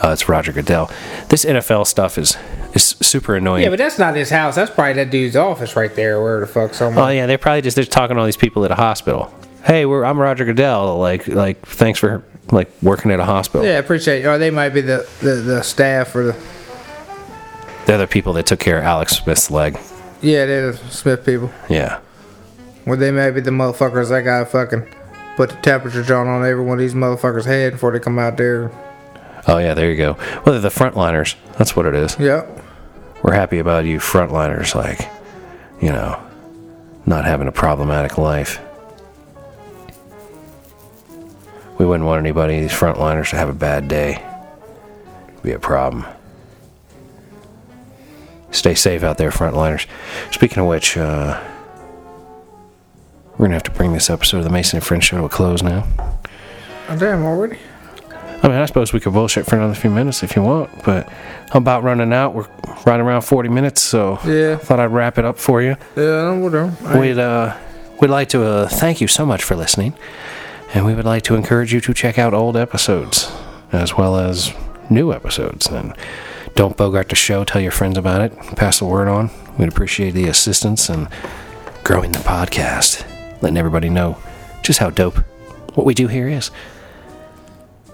[SPEAKER 1] Uh, it's Roger Goodell. This NFL stuff is is super annoying.
[SPEAKER 2] Yeah, but that's not his house. That's probably that dude's office right there. Where the fuck someone?
[SPEAKER 1] oh yeah, they're probably just they're talking to all these people at a hospital. Hey, we're, I'm Roger Goodell. Like like thanks for like working at a hospital.
[SPEAKER 2] yeah, I appreciate. It. Or they might be the, the, the staff or the
[SPEAKER 1] They're the people that took care of Alex Smith's leg.
[SPEAKER 2] yeah, they're the Smith people.
[SPEAKER 1] Yeah.
[SPEAKER 2] Well, they may be the motherfuckers that gotta fucking put the temperature John on every one of these motherfuckers' head before they come out there.
[SPEAKER 1] Oh yeah, there you go. Well, they're the frontliners. That's what it is.
[SPEAKER 2] Yep.
[SPEAKER 1] We're happy about you frontliners. Like, you know, not having a problematic life. We wouldn't want anybody, these frontliners, to have a bad day. Be a problem. Stay safe out there, frontliners. Speaking of which, uh, we're going to have to bring this episode of the Mason and Friends show to a close now.
[SPEAKER 2] Oh, damn, already?
[SPEAKER 1] I mean, I suppose we could bullshit for another few minutes if you want, but I'm about running out. We're right around 40 minutes, so
[SPEAKER 2] Yeah.
[SPEAKER 1] thought I'd wrap it up for you.
[SPEAKER 2] Yeah, whatever.
[SPEAKER 1] We'd uh, we'd like to uh, thank you so much for listening, and we would like to encourage you to check out old episodes as well as new episodes. And don't bogart the show. Tell your friends about it. Pass the word on. We'd appreciate the assistance and growing the podcast, letting everybody know just how dope what we do here is.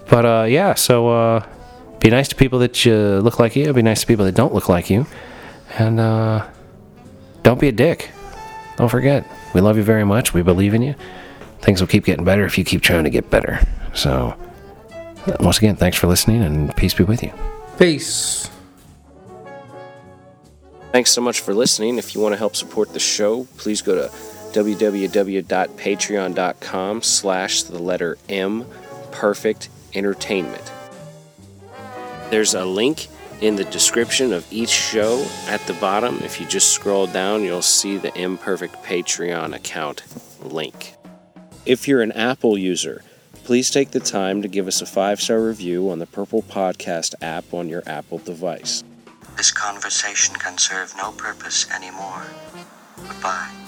[SPEAKER 1] But uh, yeah, so uh, be nice to people that you look like you. Be nice to people that don't look like you, and uh, don't be a dick. Don't forget, we love you very much. We believe in you. Things will keep getting better if you keep trying to get better. So, once again, thanks for listening and peace be with you.
[SPEAKER 2] Peace.
[SPEAKER 1] Thanks so much for listening. If you want to help support the show, please go to www.patreon.com slash the letter M Perfect Entertainment. There's a link in the description of each show at the bottom. If you just scroll down, you'll see the Imperfect Patreon account link. If you're an Apple user, please take the time to give us a five star review on the Purple Podcast app on your Apple device.
[SPEAKER 3] This conversation can serve no purpose anymore. Goodbye.